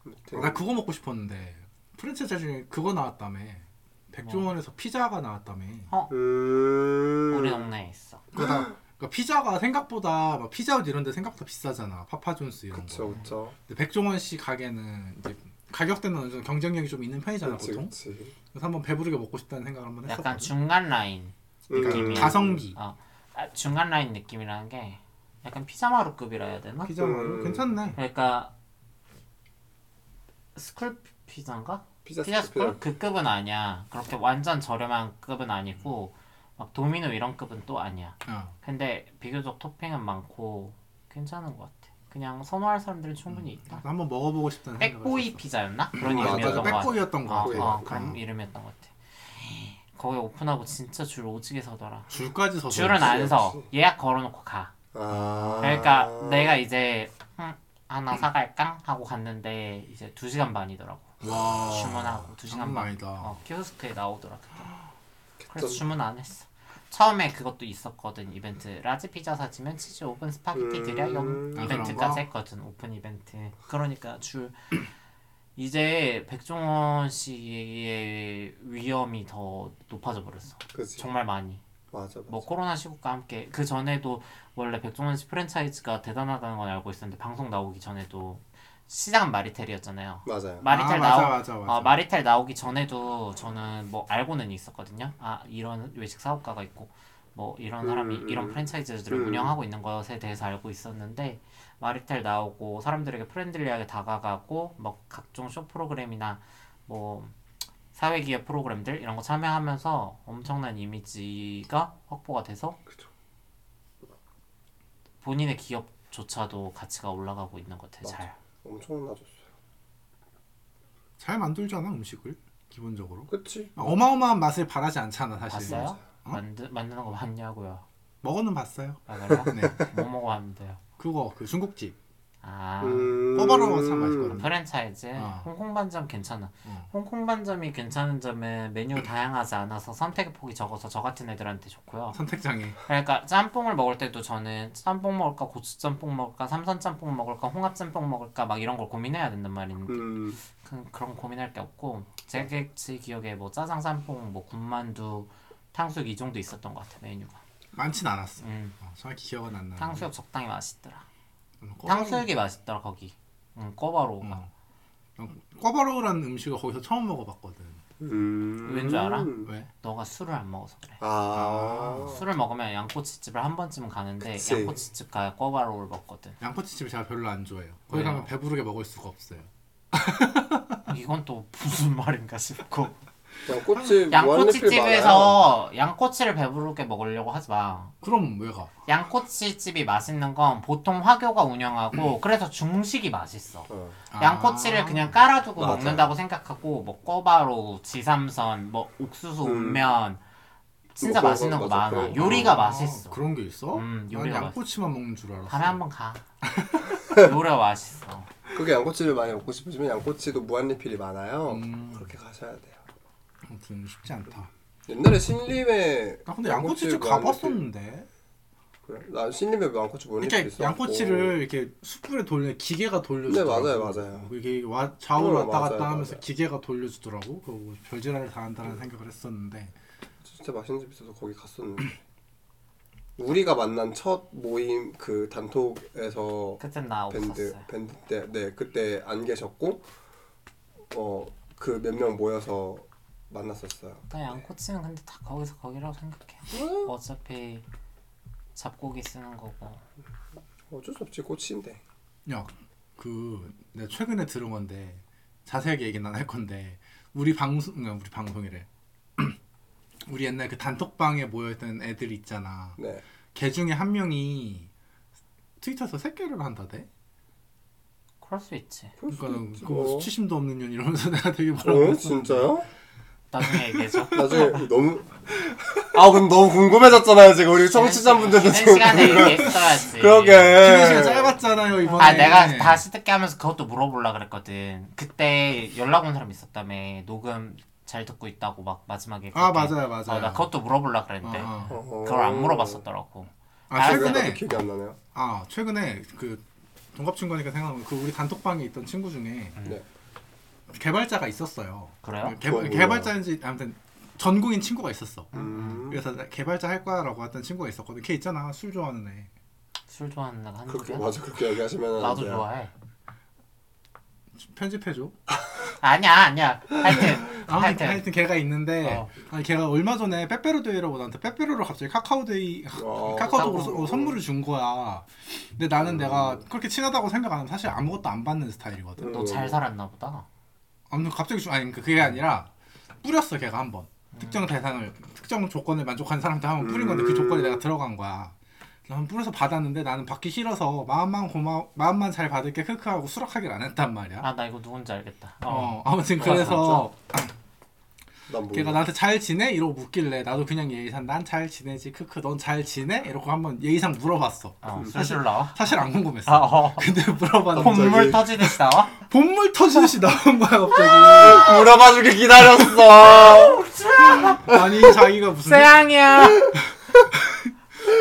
아무튼 네. 아, 나 그거 먹고 싶었는데 프랜차이즈 중에 그거 나왔다며. 어. 백종원에서 피자가 나왔다며. 음. 우리 동네에 있어. 그러니까 그러니까 피자가 생각보다 막 피자헛 이런데 생각보다 비싸잖아. 파파존스 이런 그쵸 거. 그쵸. 근데 백종원 씨 가게는 이제 가격대는 어느 정도 경쟁력이 좀 있는 편이잖아 그치 보통. 그치. 그래서 한번 배부르게 먹고 싶다는 생각을 한번 했었거든. 그러니까 약간 중간 라인. 음. 가성비. 어, 아, 중간 라인 느낌이라는 게 약간 피자마루급이라 해야 되나? 피자 음... 음. 괜찮네. 그러니까 스쿨 피자인가? 피자 피자 스쿨. 스쿨 그 급은 아니야. 그렇게 완전 저렴한 급은 아니고 막 도미노 이런 급은 또 아니야. 어. 근데 비교적 토핑은 많고 괜찮은 것 같아. 그냥 선호할 사람들은 충분히 있다. 그래서 한번 먹어보고 싶다는 생각을 백보이 했었어. 피자였나? 그런 음, 맞아. 이름이었던 것 같아. 백보이였던 거 어, 같아. 어, 백보이. 그런 이름이었던 것 같아. 거기 오픈하고 진짜 줄 오지게 서더라. 줄까지 서서. 줄은 안 서. 예약 걸어놓고 가. 아. 그러니까 내가 이제 음, 하나 사갈까 하고 갔는데 이제 두 시간 반이더라고. 와. 주문하고 두 시간 아, 장난 반. 아니다. 어, 키오스크에 나오더라. 그때. 그래서 좀- 주문 안 했어. 처음에 그것도 있었거든 이벤트 라지 피자 사시면 치즈 오븐 스파게티 음. 드려 영 아, 그런 거? 이벤트까지 했거든 오픈 이벤트 그러니까 줄 이제 백종원 씨의 위험이 더 높아져 버렸어 그치. 정말 많이 맞아 맞아. 뭐 코로나 시국과 함께 그 전에도 원래 백종원 씨 프랜차이즈가 대단하다는 건 알고 있었는데 방송 나오기 전에도 시작은 마리텔이었잖아요 맞아요. 마리텔 아, 나오 맞아 맞아 맞아. 아, 마리텔 나오기 전에도 저는 뭐 알고는 있었거든요. 아 이런 외식 사업가가 있고 뭐 이런 음, 사람이 음. 이런 프랜차이즈들을 음. 운영하고 있는 것에 대해서 알고 있었는데 마리텔 나오고 사람들에게 프렌들리하게 다가가고 뭐 각종 쇼 프로그램이나 뭐 사회기업 프로그램들 이런 거 참여하면서 엄청난 이미지가 확보가 돼서 그쵸. 본인의 기업조차도 가치가 올라가고 있는 것 같아요. 맞아. 잘. 엄청 나줬어요. 잘 만들잖아 음식을 기본적으로. 그치. 아, 어마어마한 맛을 바라지 않잖아 사실. 뭐- 봤어요? 만드 만드는 거 봤냐고요? 먹어는 봤어요. 아 그래요? 네. 뭐 먹어하면 돼요? 그거 그 중국집. 아 음. 꼬바로우 사 맛있거든. 프랜차이즈 어. 홍콩 반점 괜찮아 어. 홍콩 반점이 괜찮은 점은 메뉴 다양하지 않아서 선택의 폭이 적어서 저 같은 애들한테 좋고요 선택장애. 그러니까 짬뽕을 먹을 때도 저는 짬뽕 먹을까 고추 짬뽕 먹을까 삼선 짬뽕 먹을까 홍합 짬뽕 먹을까 막 이런 걸 고민해야 된단 말인데 음. 그, 그런 거 고민할 게 없고 제게 제 기억에 뭐 짜장 짬뽕 뭐 군만두 탕수육 이 정도 있었던 것 같아 메뉴가 많진 않았어. 음, 어, 정확히 기억은 안 음, 나. 탕수육 적당히 맛있더라 탕수육이 맛있더라 거기 응, 음. 꼬바로우가 어. 꼬바로우라는 음식을 거기서 처음 먹어봤거든. 음. 왠줄 알아? 왜? 너가 술을 안 먹어서 그래 아. 술을 먹으면 양꼬치집을 한 번쯤은 가는데 그치. 양꼬치집 가야 꼬바로우를 먹거든 양꼬치집을 제가 별로 안 좋아해요. 거기 왜요? 가면 배부르게 먹을 수가 없어요. 이건 또 무슨 말인가 싶고 양꼬치 많아요. 양꼬치집에서 양꼬치를 배부르게 먹으려고 하지 마 그럼 왜 가? 양꼬치집이 맛있는 건 보통 화교가 음. 운영하고 그래서 중식이 맛있어 어. 아. 양꼬치를 그냥 깔아두고 맞아요. 먹는다고 생각하고 뭐 꼬바로우, 지삼선, 뭐 ук수수 음. 운면 진짜 뭐, 뭐, 맛있는 거 맞아. 많아 그런 거. 요리가 아, 맛있어 그런 게 있어? 음, 난 요리가 양꼬치만 먹는 줄 알았어. 다음에 한번 가 요리가 맛있어 그게 양꼬치를 많이 먹고 싶으시면 양꼬치도 무한 리필이 많아요. 음. 그렇게 가셔야 돼요. 아무튼 쉽지 않다. 옛날에 신림에 나 아, 근데 양꼬치집 무한 리필- 가봤었는데. 그래? 난 신림에 양꼬치 무한 리필 그러니까 있어. 양꼬치를 이렇게 숯불에 돌려 기계가 돌려주더라고. 네, 맞아요, 맞아요. 이게 와, 좌우로 어, 왔다 갔다 맞아요, 하면서 맞아요. 기계가 돌려주더라고. 그거 별지랄을 당한다는 생각을 했었는데. 진짜 맛있는 집 있어서 거기 갔었는데. 우리가 만난 첫 모임 그 단톡에서 그땐 나 밴드 아, 없었어요 밴드 때 네 그때 안 계셨고 어 그 몇 명 모여서 만났었어요. 나 양코치는 근데 다 거기서 거기라고 생각해. 어차피 잡고기 쓰는 거고. 어쩔 수 없지 꽃인데. 야, 그 내가 최근에 들은 건데 자세하게 얘기는 안 할 건데 우리 방송 그러니까 우리 방송이래. 우리 옛날 그 단톡방에 모여있던 애들 있잖아. 네. 걔 중에 한 명이 트위터에서 새끼를 한다대. 그럴 수 있지. 그럴 수도 그러니까 있지. 뭐. 그 수치심도 없는 년 이러면서 내가 되게 뭐라고 어? 했었는데. 진짜요? 나중에 얘기해줘. 나중에 너무 아 근데 너무 궁금해졌잖아요 지금 우리 청취자분들도 쉬는 지금 시간에 네. 얘기했어야지. 그러게 쉬는 네. 시간 짧았잖아요 이번에. 아 내가 다시 듣게 하면서 그것도 물어보려 그랬거든. 그때 연락 온 사람 있었다며 녹음 잘 듣고 있다고 막 마지막에. 아 그렇게. 맞아요 맞아요. 어, 나 그것도 물어보려 그랬는데 어, 어. 어. 그걸 안 물어봤었더라고. 아 제가 최근에 나도 기억이 안 나네요 아 최근에 그 동갑 친구니까 생각하면 그 우리 단톡방에 있던 친구 중에 네. 개발자가 있었어요. 음. 그래요? 좋아요. 개, 개발자인지 아무튼 전공인 친구가 있었어. 음. 그래서 나 개발자 할 거야라고 했던 친구가 있었거든. 걔 있잖아 술 좋아하는 애. 술 좋아하는 애가 한 그렇게 거야? 맞아 그렇게 얘기하시면 나도 좋아해. 편집해 줘. 아니야 아니야. 하여튼 아무튼 하여튼. 하여튼 걔가 있는데 어. 아니 걔가 얼마 전에 빼빼로데이라고 나한테 빼빼로를 갑자기 카카오데이 와. 카카오톡으로 카카오. 서- 어, 선물을 준 거야. 근데 나는 내가 그렇게 친하다고 생각 안 하면 사실 아무것도 안 받는 스타일이거든. 음. 너 잘 살았나 보다. 아무튼 갑자기 주, 아니 그러니까 그게 아니라 뿌렸어 걔가 한 번. 특정 대상을 특정 조건을 만족하는 사람한테 한번 뿌린 건데 그 음. 조건에 내가 들어간 거야. 그래서 한번 뿌려서 받았는데 나는 받기 싫어서 마음만 고마 마음만 잘 받을게 크크 하고 수락하길 안 했단 말이야. 아 나 이거 누군지 알겠다. 어. 어 아무튼 아, 그래서 난 몰라. 뭐. 걔가 나한테 잘 지내 이러고 묻길래 나도 그냥 예의상 난 잘 지내지 크크 넌 잘 지내 이러고 한번 예의상 물어봤어. 어, 술술 나와. 그 사실 안 궁금했어. 아, 어. 근데 물어봤는데 콧물 터지듯이 나와. 본물 어. 터지듯이 나온 거야 갑자기. 물어봐주길 기다렸어 아니 자기가 무슨 쇠양이야.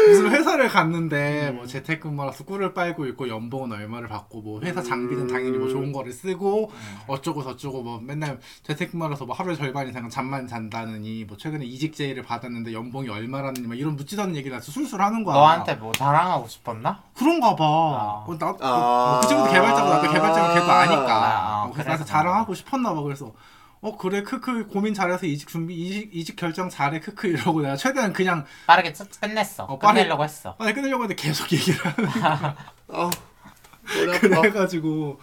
무슨 회사를 갔는데 음. 뭐 재택근무라서 꿀을 빨고 있고 연봉은 얼마를 받고 뭐 회사 음. 장비는 당연히 뭐 좋은 거를 쓰고 어쩌고 저쩌고 뭐 맨날 재택근무라서 뭐 하루의 절반 이상은 잠만 잔다느니 뭐 최근에 이직 제의를 받았는데 연봉이 얼마라느니 막 이런 묻지도 않는 얘기를 아주 술술 하는 거야. 너한테 뭐 자랑하고 싶었나? 그런가 봐. 아. 어, 나, 아. 어, 그 친구도 개발자고 나도 개발자고 걔도 아니까. 아, 아, 어, 그래서 그래서. 나한테 자랑하고 싶었나 봐. 그래서 어 그래 크크 고민 잘해서 이직 준비 이직, 이직 결정 잘해 크크 이러고 내가 최대한 그냥 빠르게 쭉 끝냈어. 어, 빠르게- 끝내려고 했어. 빨리 끊으려고 했는데 계속 얘기를 하는 아 머리 아파 그래가지고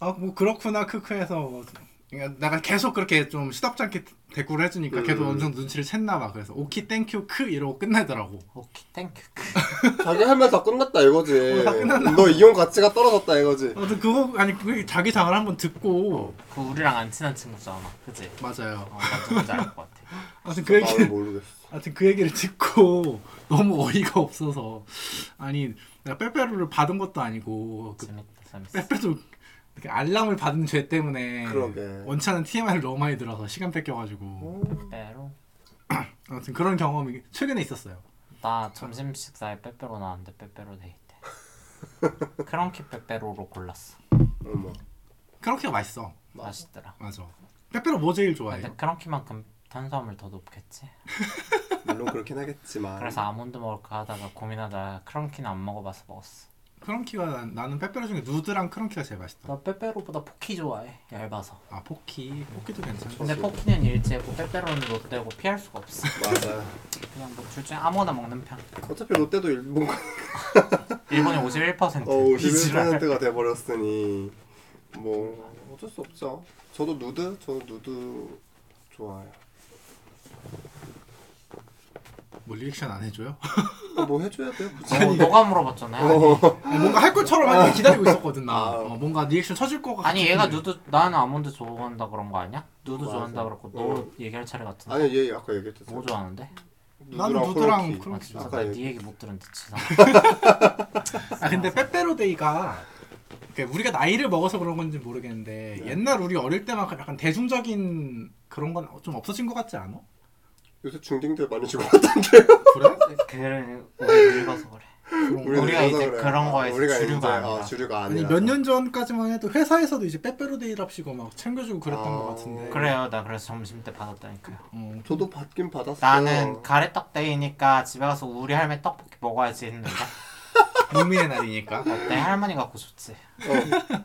아 뭐 그렇구나 크크해서 뭐, 그러니까 내가 계속 그렇게 좀 시답잖게 대꾸를 해주니까 걔도 음. 어느 정도 눈치를 챘나 봐 그래서 오키 땡큐 크 이러고 끝내더라고 오케이 그, 땡큐. 자기 할 말 다 끝났다 이거지 어, 다 끝났나 너 이용 가치가 떨어졌다 이거지 아무튼 그거 아니 그게 자기 장을 한번 듣고 그 우리랑 안 친한 친구잖아. 그지? 맞아요 어, 나 누군지 알것 같아. 아무튼 그 나는 얘기를 모르겠어 하여튼 그 얘기를 듣고 너무 어이가 없어서 아니 내가 빼빼로를 받은 것도 아니고 그 재밌다 재밌어. 빼빼도 이렇게 알람을 받은 죄 때문에 그러게. 원치 않은 TMI를 너무 많이 들어서 시간 뺏겨가지고 빼로. 아무튼 그런 경험이 최근에 있었어요. 나 점심 식사에 빼빼로 나왔는데 빼빼로 데이트. 크런키 빼빼로로 골랐어. 어머 크런키가 맛있어. 맛있더라. 맞아. 빼빼로 뭐 제일 좋아해? 근데 크런키만큼 탄수화물 더 높겠지? 물론 그렇긴 하겠지만 그래서 아몬드 먹을까 하다가 고민하다 크런키는 안 먹어봐서 먹었어. 크런키가 난, 나는 빼빼로 중에 누드랑 크런키가 제일 맛있다. 나 빼빼로보다 포키 좋아해. 얇아서. 아 포키, 포키도 괜찮아. 근데 포키는 일제고 빼빼로는 롯데고 피할 수가 없어. 맞아 그냥 뭐 둘 중에 아무거나 먹는 편. 어차피 롯데도 일본 가- 일본이 51%. 어우 이 지랄. 11%가 돼버렸으니 뭐 어쩔 수 없죠. 저도 누드, 저도 누드 좋아해요. 뭐 리액션 안 해줘요? 어, 뭐 해줘야 돼요? 굳이? 어, 너가 물어봤잖아. 아니, 아니, 뭔가 할 것처럼 하니까 기다리고 있었거든 나. 어. 아. 어, 뭔가 리액션 쳐줄 것 같아. 아니 얘가 누드 나는 아몬드 좋아한다 그런 거 아니야? 누드 맞아. 좋아한다 그랬고 너 얘기할 차례 같은데. 아니 얘 아까 얘기했잖아. 뭐 좋아하는데? 난 누드랑 아 크런키. 진짜 아까 나네 얘기- 얘기 못 들은 듯 치사. 아 근데 빼빼로데이가 그러니까 우리가 나이를 먹어서 그런 건지 모르겠는데 네. 옛날 우리 어릴 때만큼 그 약간 대중적인 그런 건 좀 없어진 것 같지 않아? 요새 중딩들 많이 죽어 같던데요. 그래? 그래 우리 늙어서 그래. 우리가 늙어서 이제 그런 거에서 우리가 주류가 이제, 아니라. 아, 주류가 아니 아니라. 몇 년 전까지만 해도 회사에서도 이제 빼빼로데이랍시고 막 챙겨주고 그랬던 아. 것 같은데. 그래요 나 그래서 점심 때 받았다니까요. 어, 저도 받긴 받았어요. 나는 가래떡 데이니까 집에 가서 우리 할머니 떡볶이 먹어야지 했는데 농민의 날이니까. 내 할머니 갖고 좋지. 어.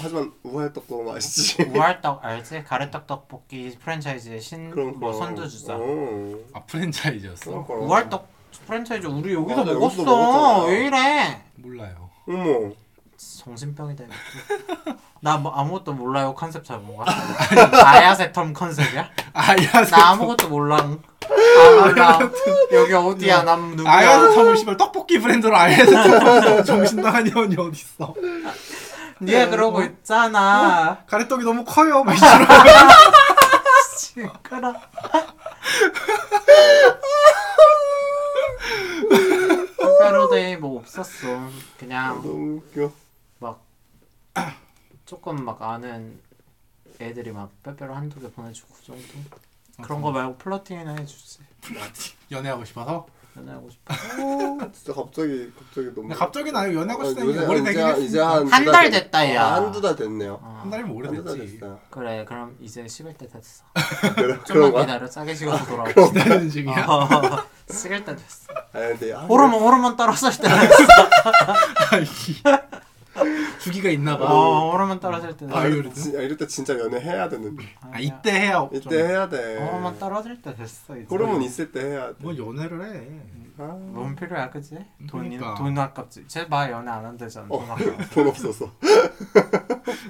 하지만 우할떡 너무 맛있지. 우알떡 알지? 가래떡 떡볶이 프랜차이즈의 그럼 신뭐 선두주자. 어. 아 프랜차이즈였어? 그럼. 우알떡 프랜차이즈 우리 여기서 아, 먹었어. 여기서 먹었잖아. 왜 이래? 몰라요. 어머. 정신병이다. 나뭐 아무것도 몰라요 컨셉 잘 뭔가. 아야세텀 컨셉이야? 아야 나 아무것도 몰라. 아 몰라. 여기 어디야? 난 누구야? 아야스 텀을 씨발 떡볶이 브랜드로 아야스 텀 정신 나간 년이 어딨어? 니가 그러고 있잖아. 가래떡이 너무 커요. 막 이러고 징그러. 페로데이 뭐 없었어. 그냥 너무 웃겨. 막 조금 막 아는 애들이 막 뼈뼈로 한두 개 보내주고 그 정도. 그런 거 말고 플러팅이나 해주지. 연애하고 싶어서. 연애하고 싶어. 진짜 갑자기 갑자기 너무. 근데 갑자기 나 연애하고 어, 싶다 요새 이게 오래되긴 이제 한- 했어. 이제 한두 한 달 달 됐- 됐다, 야. 아, 한두달 됐네요. 어. 한 달이면 한두달 오래됐지. 됐어요. 그래 그럼 이제 식을 때 됐어. 그런- 좀만 그런 거야? 기다려. 싸게 식어서 돌아와. 기다리는 중이야. 어, 식을 때 됐어. 아 근데 아, 호르몬 호르몬 떨어질 때. 아이, 아, 주기가 있나 봐. 어 호르몬 떨어질 때. 됐어. 아, 이럴, 바이올린이요? 때 진- 아, 이럴 때 진짜 연애 해야 되는데. 아 이때 해야 이때 좀. 해야 돼. 호르몬 떨어질 때 됐어 이제. 호르몬 있을 때 해야 돼. 뭐 연애를 해. 아, 뭔 필요야 그지? 돈이 그러니까. 돈 아깝지. 제발 연애 안 한대잖아. 돈 어, 아까워. 돈 없어서.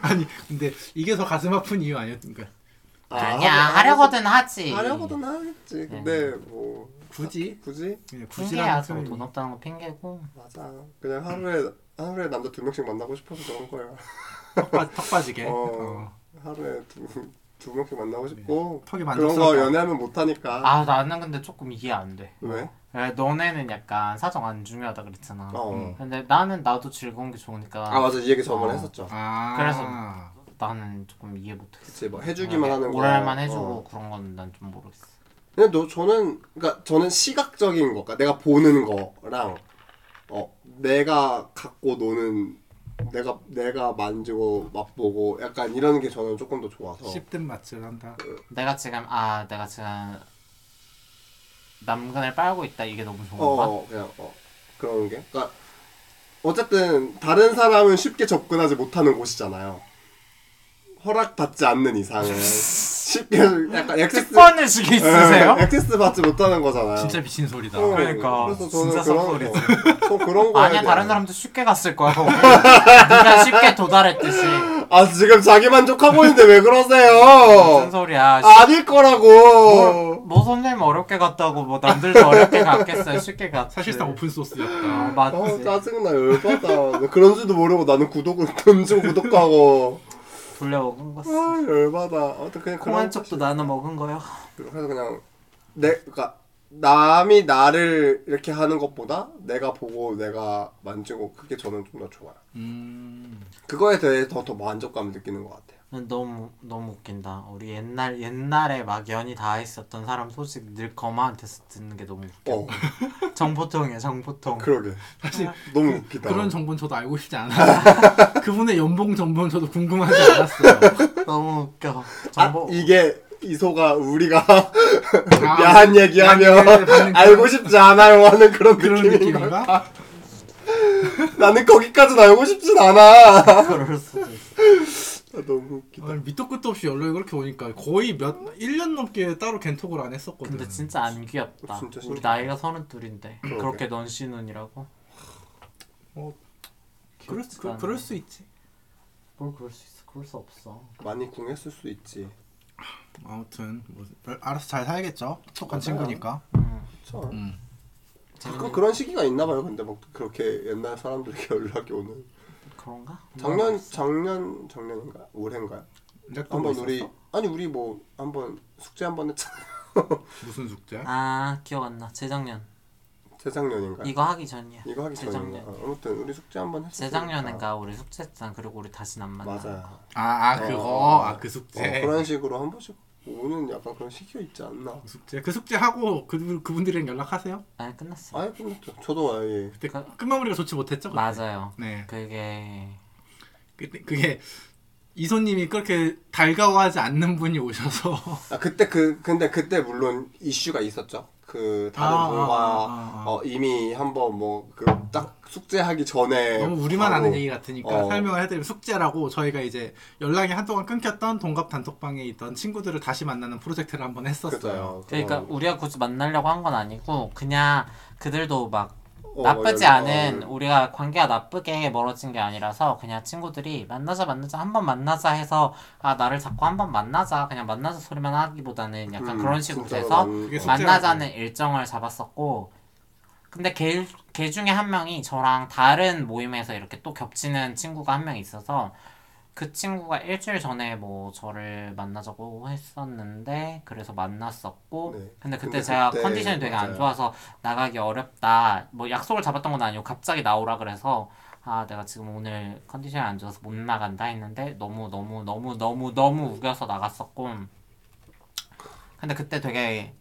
아니 근데 이게 더 가슴 아픈 이유 아니야? 그러니까 아, 아니야 하고- 하려거든 하지. 하려고든 하겠지. 근데 뭐 굳이 굳이 그냥 굳이 핑계야 저거 돈 없다는 거 핑계고. 맞아. 그냥 하루에 하루에 남자 두 명씩 만나고 싶어서 그런 거야. 턱 빠지게. 어. 어. 하루에 두, 두 명씩 만나고 싶고 턱이 그런 거 만졌어. 연애하면 못 하니까. 아 나는 근데 조금 이해 안 돼. 왜? 야, 너네는 약간 사정 안 중요하다 그랬잖아. 어. 근데 나는 나도 즐거운 게 좋으니까 아 맞아 이 얘기 저번에 어. 했었죠. 아. 그래서 나는 조금 이해 못했어. 그치 뭐 해주기만 하는 거. 아, 오랄만 해주고 어. 그런 건 난 좀 모르겠어. 근데 너 저는 그러니까 저는 시각적인 것과 내가 보는 거랑 어 내가 갖고 노는 내가 내가 만지고 맛보고 약간 이런 게 저는 조금 더 좋아서. 씹든 맛을 한다. 내가 지금 아 내가 지금 남근을 빨고 있다 이게 너무 좋은 어, 거 어 그냥 어 그런 게 그러니까 어쨌든 다른 사람은 쉽게 접근하지 못하는 곳이잖아요 허락받지 않는 이상은 쉽게 약간 액세스 특권을 시기 있으세요? 예, 액세스 받지 못하는 거잖아요 진짜 미친 소리다. 어, 그러니까. 그래서 저는 진짜 그런 썩소리지. 거저 그런 거 아니야 다른 사람도 쉽게 갔을 거야 거기 네가 쉽게 도달했듯이 아 지금 자기 만족하고 있는데 왜 무슨 그러세요 소리야 어. 아닐 어. 뭐, 거라고 뭐 선생님 어렵게 갔다고 뭐 남들도 어렵게 갔겠어요 쉽게 갔지 사실상 네. 오픈 어, 소스였다. 맞지 어 짜증나 열받아 그런 줄도 모르고 나는 구독을 던지고 구독하고 돌려먹은 거 아 열받아. 아무튼 그냥 그런 콩한 쪽도 나눠 먹은 거야 그래서 그냥 내 그러니까 남이 나를 이렇게 하는 것보다 내가 보고 내가 만지고 그게 저는 좀 더 좋아요. 음. 그거에 대해 더 더 만족감을 느끼는 것 같아요. 너무 너무 웃긴다. 우리 옛날 옛날에 막 연이 다 있었던 사람 소식 늘 거마한테서 듣는 게 너무 웃겨. 어 정보통이야 정보통. 그러게 사실 너무 웃기다. 그런 정보는 저도 알고 싶지 않아. 그분의 연봉 정보는 저도 궁금하지 않았어요. 너무 웃겨. 아, 정보 이게 이소가 우리가 아, 야한 얘기하면 야한 얘기를 받는 알고 싶지 않아요 하는 그런, 그런 느낌인 걸. 느낌인가? 나는 거기까지는 알고 싶진 않아. 그럴 수도 있어. 너무 웃기다. 아니, 밑도 끝도 없이 연락이 그렇게 오니까 거의 몇 1년 넘게 따로 겐톡을 안 했었거든. 근데 진짜 안 귀엽다. 진짜 신기해. 우리 나이가 서른 둘인데 그러게. 그렇게 넌시눈이라고? 어, 그럴 수, 귀엽지도 그, 않네. 그럴 수 있지. 뭘 그럴 수 있어? 그럴 수 없어. 많이 궁했을 수 있지. 아무튼 뭐, 별- 알아서 잘 살겠죠. 톡한 맞아요. 친구니까. 음. 그렇죠. 음. 가끔 그런 시기가 있나 봐요. 근데 막 그렇게 옛날 사람들이 연락이 오는. 그런가? 작년 작년 작년인가 올해인가? 약도 한번 뭐 우리 있었어? 아니 우리 뭐 한번 숙제 한번 했잖아. 무슨 숙제? 아 기억 안 나. 재작년 재작년인가? 이거 하기 전이야. 네. 이거 하기 전에 재작년. 아무튼 우리 숙제 한번 했어. 재작년인가 우리 숙제했잖아. 그리고 우리 다시 안 만나. 맞아. 아, 아 그거 어. 아 그 어, 네. 숙제. 그런 식으로 한 번씩 오는 약간 그런 시기가 있지 않나. 네. 그 숙제 그 숙제 하고 그 그분들이랑 연락하세요. 아니 끝났어. 아예 끝났죠. 저도 아예 그때 그- 끝마무리가 좋지 못했죠. 그때? 맞아요. 네. 그게 그때 그게 이소님이 그렇게 달가워하지 않는 분이 오셔서 아 그때 그 근데 그때 물론 이슈가 있었죠. 그 다른 아, 분과 아, 아, 아. 어, 이미 한번 뭐 그 딱 숙제하기 전에 너무 우리만 아는 하고, 얘기 같으니까 예. 어. 설명을 해드리면 숙제라고 저희가 이제 연락이 한동안 끊겼던 동갑 단톡방에 있던 친구들을 다시 만나는 프로젝트를 한번 했었어요. 그죠. 그러니까 그런- 우리가 굳이 만나려고 한 건 아니고 그냥 그들도 막 어, 나쁘지 연락- 않은 우리가 관계가 나쁘게 멀어진 게 아니라서 그냥 친구들이 만나자 만나자 한 번 만나자 해서 아 나를 자꾸 한 번 만나자 그냥 만나자 소리만 하기보다는 약간 음, 그런 식으로 진짜로 돼서 만- 그게 숙제라고. 만나자는 일정을 잡았었고 근데 걔, 걔 중에 한 명이 저랑 다른 모임에서 이렇게 또 겹치는 친구가 한 명 있어서 그 친구가 일주일 전에 뭐 저를 만나자고 했었는데 그래서 만났었고 네. 근데 그때 근데 제가 그때- 컨디션이 되게 안 맞아요. 좋아서 나가기 어렵다 뭐 약속을 잡았던 건 아니고 갑자기 나오라 그래서 아 내가 지금 오늘 컨디션이 안 좋아서 못 나간다 했는데 너무 너무 너무 너무 너무 우겨서 나갔었고 근데 그때 되게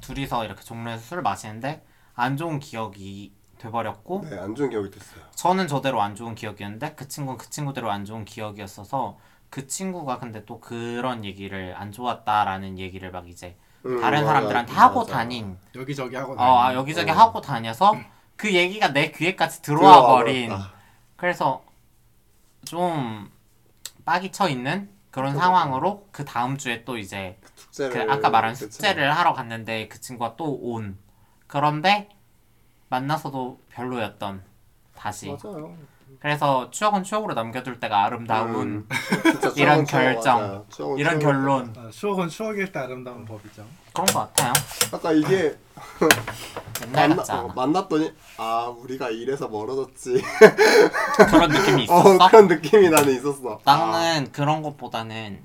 둘이서 이렇게 종로에서 술 마시는데 안 좋은 기억이 돼버렸고 네, 안 좋은 기억이 됐어요. 저는 저대로 안 좋은 기억이었는데 그 친구는 그 친구대로 안 좋은 기억이었어서 그 친구가 근데 또 그런 얘기를 안 좋았다라는 얘기를 막 이제 음, 다른 맞아, 사람들한테 하고 맞아. 다닌 여기저기 하고 어 아, 다니는. 여기저기 어. 하고 다녀서 그 얘기가 내 귀에까지 들어와, 들어와 버린 버렸다. 그래서 좀 빡이 쳐 있는 그런 그렇구나. 상황으로 그 다음 주에 또 이제 그 숙제를 아까 말한 그쵸. 숙제를 하러 갔는데 그 친구가 또 온 그런데 만나서도 별로였던 다시 맞아요. 그래서 추억은 추억으로 남겨둘 때가 아름다운 음, 뭐 진짜 이런 추억은 추억 결정, 맞아요. 추억은 이런 추억. 결론 어, 추억은 추억일 때 아름다운 법이죠. 그런 것 같아요 아까 이게 옛날 같지 만나, 어, 않아 만났더니 아 우리가 이래서 멀어졌지. 그런 느낌이 있었어? 어 그런 느낌이 나는 있었어. 아, 나는 그런 것보다는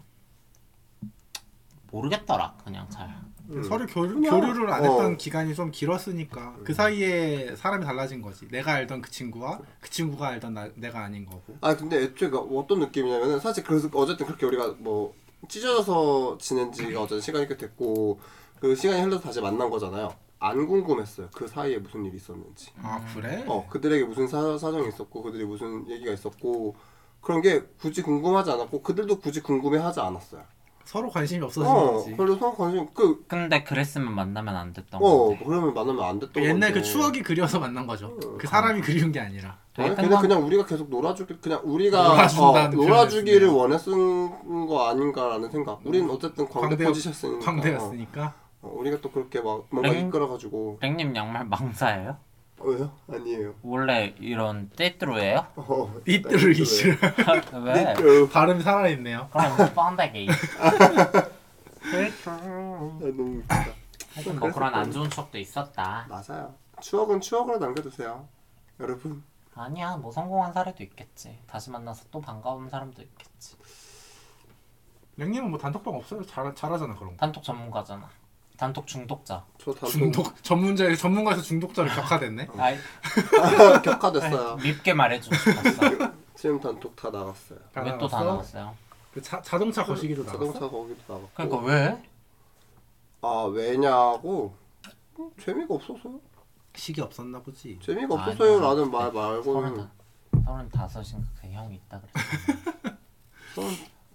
모르겠더라 그냥 잘 음. 서로 교류, 그냥- 교류를 안 어. 음. 했던 기간이 좀 길었으니까 그 사이에 사람이 달라진 거지. 내가 알던 그 친구와 그 친구가 알던 나, 내가 아닌 거고. 아 근데 애초에 그 어떤 느낌이냐면은 사실 그래서 어쨌든 그렇게 우리가 뭐 찢어져서 지낸 지가 어쨌든 시간이 꽤 됐고 그 시간이 흘러서 다시 만난 거잖아요. 안 궁금했어요. 그 사이에 무슨 일이 있었는지. 아 그래? 어 그들에게 무슨 사, 사정이 있었고 그들이 무슨 얘기가 있었고 그런 게 굳이 궁금하지 않았고 그들도 굳이 궁금해하지 않았어요. 서로 관심이 없어진 어 거지. 그래서 관심 그 근데 그랬으면 만나면 안 됐던 어, 건데 그러면 만나면 안 됐던 옛날 건데. 그 추억이 그리워서 만난 거죠. 음. 그 사람이 그리운 게 아니라. 되게 아니, 네? 근데 뜬금 그냥 우리가 계속 놀아주기 그냥 우리가 어, 놀아준다는 놀아주기를 표현을 원했은 거 아닌가라는 생각. 우리는 어쨌든 광대 음. 광대- 포지션이니까. 광대였으니까. 어, 어, 우리가 또 그렇게 막 뭔가 랭? 이끌어가지고 랭님 양말 망사예요? 어, 왜요? 아니에요. 원래 이런 떼뚜루예요? 어, 네. 니트를 이슈. 왜? 띠뚜루. 발음이 살아있네요. 그럼 뻔데기 떼뚜루 아, 너무 웃기다. 하여튼 뭐 그런 안 좋은 추억도 있었다. 맞아요. 추억은 추억으로 남겨두세요, 여러분. 아니야, 뭐 성공한 사례도 있겠지. 다시 만나서 또 반가운 사람도 있겠지. 영님은 뭐 단톡방 없어요? 잘 잘하잖아 그런 거. 단톡 전문가잖아. 단톡 중독자. 저 단독 중독 전문자 전문가에서 중독자로 격화됐네. 아이, 격화됐어요. 밉게 말해주고 싶었어. 지금 단톡 다 나갔어요. 왜 또 다 나왔어요? 그 자, 자동차 거시기도 자동차 나갔어. 거기도 나갔고. 그러니까 왜? 아 왜냐고 음, 재미가 없어서 시기 없었나 보지. 아, 재미가 없어서요라는 말 서른 말고는 서른 다섯인가 그 형이 있다 그랬어. 서른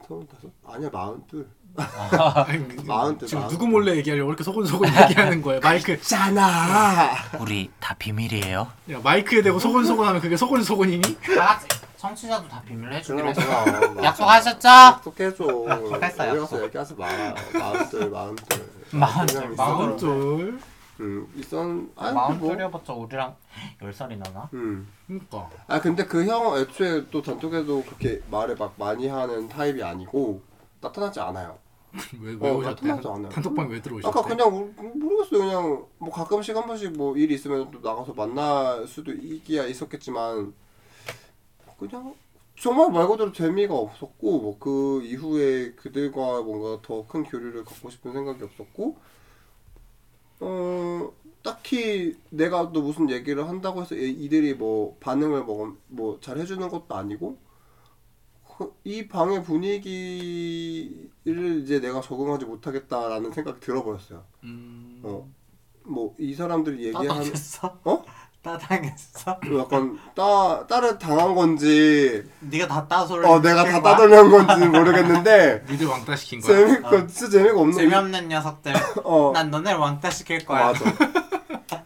서른 다섯 아니야 마흔 둘 아니, 마흔 대, 지금 마흔 누구 대. 몰래 얘기하려고 이렇게 소곤소곤 얘기하는 거예요. 마이크 짜나 우리 다 비밀이에요. 야, 마이크에 대고 소곤소곤하면 그게 소곤소곤이니? 다 같이 청취자도 다 비밀로 해주기로 그럼 뭐. 아, 했어. 그럼 약속하셨죠? 약속해줘 약속했어요, 우리 약속. 가서 얘기하지 말아요 마흔 둘 마흔 둘 마흔 그냥 둘, 있어. 마흔 마음 둘. 음 있었 아니 마음 뭐. 졸여봤자 우리랑 열 살이 나나? 음. 그러니까 아 근데 그 형 애초에 또 단톡에도 그렇게 말을 막 많이 하는 타입이 아니고 나타나지 않아요. 왜, 왜 어, 오셨대? 나타나지 않아요. 단톡방 왜 들어오셨대? 아까 그냥 모르- 모르겠어요. 그냥 뭐 가끔씩 한 번씩 뭐 일 있으면 또 나가서 만날 수도 있기야 있었겠지만 그냥 정말 말 그대로 재미가 없었고 뭐 그 이후에 그들과 뭔가 더 큰 교류를 갖고 싶은 생각이 없었고 어 딱히 내가 또 무슨 얘기를 한다고 해서 이- 이들이 뭐 반응을 뭐뭐잘 해주는 것도 아니고 그- 이 방의 분위기를 이제 내가 적응하지 못하겠다라는 생각이 들어버렸어요. 음... 어. 뭐 이 사람들이 얘기하는 떠들겠어? 어? 따당했어? 그 약간 따 따를 당한 건지 네가 다 따소를 어 내가 시킨 다 거야? 따돌려한 건지 모르겠는데 니들 왕따 시킨 거야. 재미가 그 진짜 어. 재미가 없는 재미없는 녀석들 음. 어 난 너네 왕따 시킬 거야 맞아.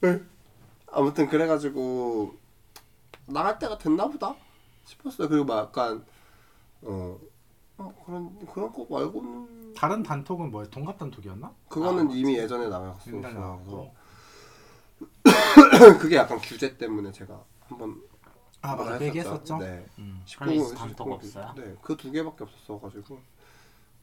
네. 아무튼 그래가지고 나갈 때가 됐나 보다 싶었어요. 그리고 막 약간 어, 어 그런 그런 거 말고는 다른 단톡은 뭐야? 동갑 단톡이었나? 그거는 이미 예전에 아, 옛날에 나갔었어서 나왔고. 그게 약간 규제 때문에 제가 한번 아 맞아. 뭐라 그 얘기 했었죠. 했었죠. 네. 음. 19금, 플레이스 단톡 19금. 없어요? 네, 그 두 개밖에 없었어가지고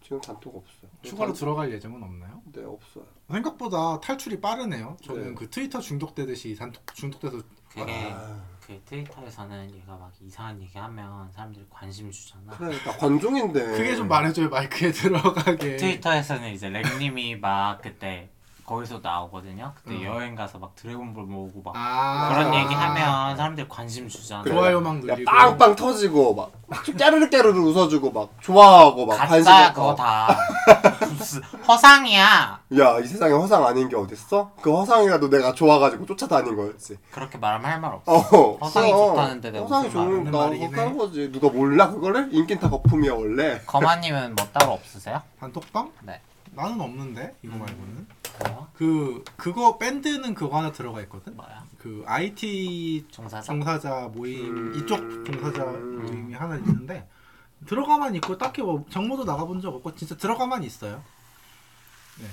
지금 단톡 없어요. 추가로 단- 들어갈 예정은 없나요? 네 없어요. 생각보다 탈출이 빠르네요. 저는 네. 그 트위터 중독되듯이 단톡 중독돼서 그게 아, 그 트위터에서는 얘가 막 이상한 얘기하면 사람들이 관심 주잖아 그래 나 관종인데. 그게 좀 말해줘요 마이크에 들어가게. 트위터에서는 이제 랭님이 막 그때 거기서 나오거든요 그때 음. 여행 가서 막 드래곤볼 모으고 막 아 그런 얘기 하면 사람들 관심 주잖아 그래. 좋아요만 야, 늘리고 빵빵 터지고 막, 막 깨르르 깨르르 웃어주고 막 좋아하고 막 가짜 관심 그거 다 무슨 허상이야 야이 세상에 허상 아닌 게 어딨어? 그 허상이라도 내가 좋아가지고 쫓아다닌 거였지. 그렇게 말하면 할 말 없어 어. 허상이 어. 좋다는데 내가 허상이 무슨 말을 좋은 하는 거 말이긴 해. 허상한 거지. 누가 몰라 그거를? 인긴 다 거품이야 원래. 거마님은 뭐 따로 없으세요? 단톡방? 네 음. 나는 없는데 이거 말고는 그거? 그 그거 밴드는 그거 하나 들어가 있거든. 뭐야? 그 IT 종사자? 종사자 모임 음. 이쪽 종사자 모임이 하나 있는데 들어가만 있고 딱히 뭐 정모도 나가본 적 없고 진짜 들어가만 있어요. 네.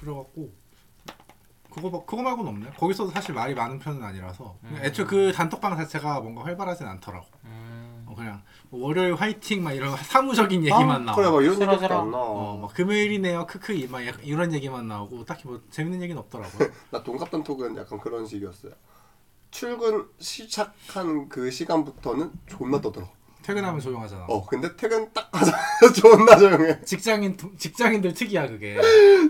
그래갖고 그거 막- 그거 말고는 없네. 거기서도 사실 말이 많은 편은 아니라서 음. 애초에 그 단톡방 자체가 뭔가 활발하진 않더라고. 음... 어, 그냥 뭐 월요일 화이팅 막 이런 사무적인 얘기만 아, 나와. 그래 막 이런 싫어, 얘기밖에 싫어. 안 나와. 어, 막 금요일이네요. 크크 막 약간 이런 얘기만 나오고 딱히 뭐 재밌는 얘기는 없더라고요. 나 동갑단톡은 약간 그런 식이었어요. 출근 시작한 그 시간부터는 존나 떠들어. 퇴근하면 조용하잖아. 어 근데 퇴근 딱 하자마자 존나 조용해. 직장인 직장인들 특이야 그게.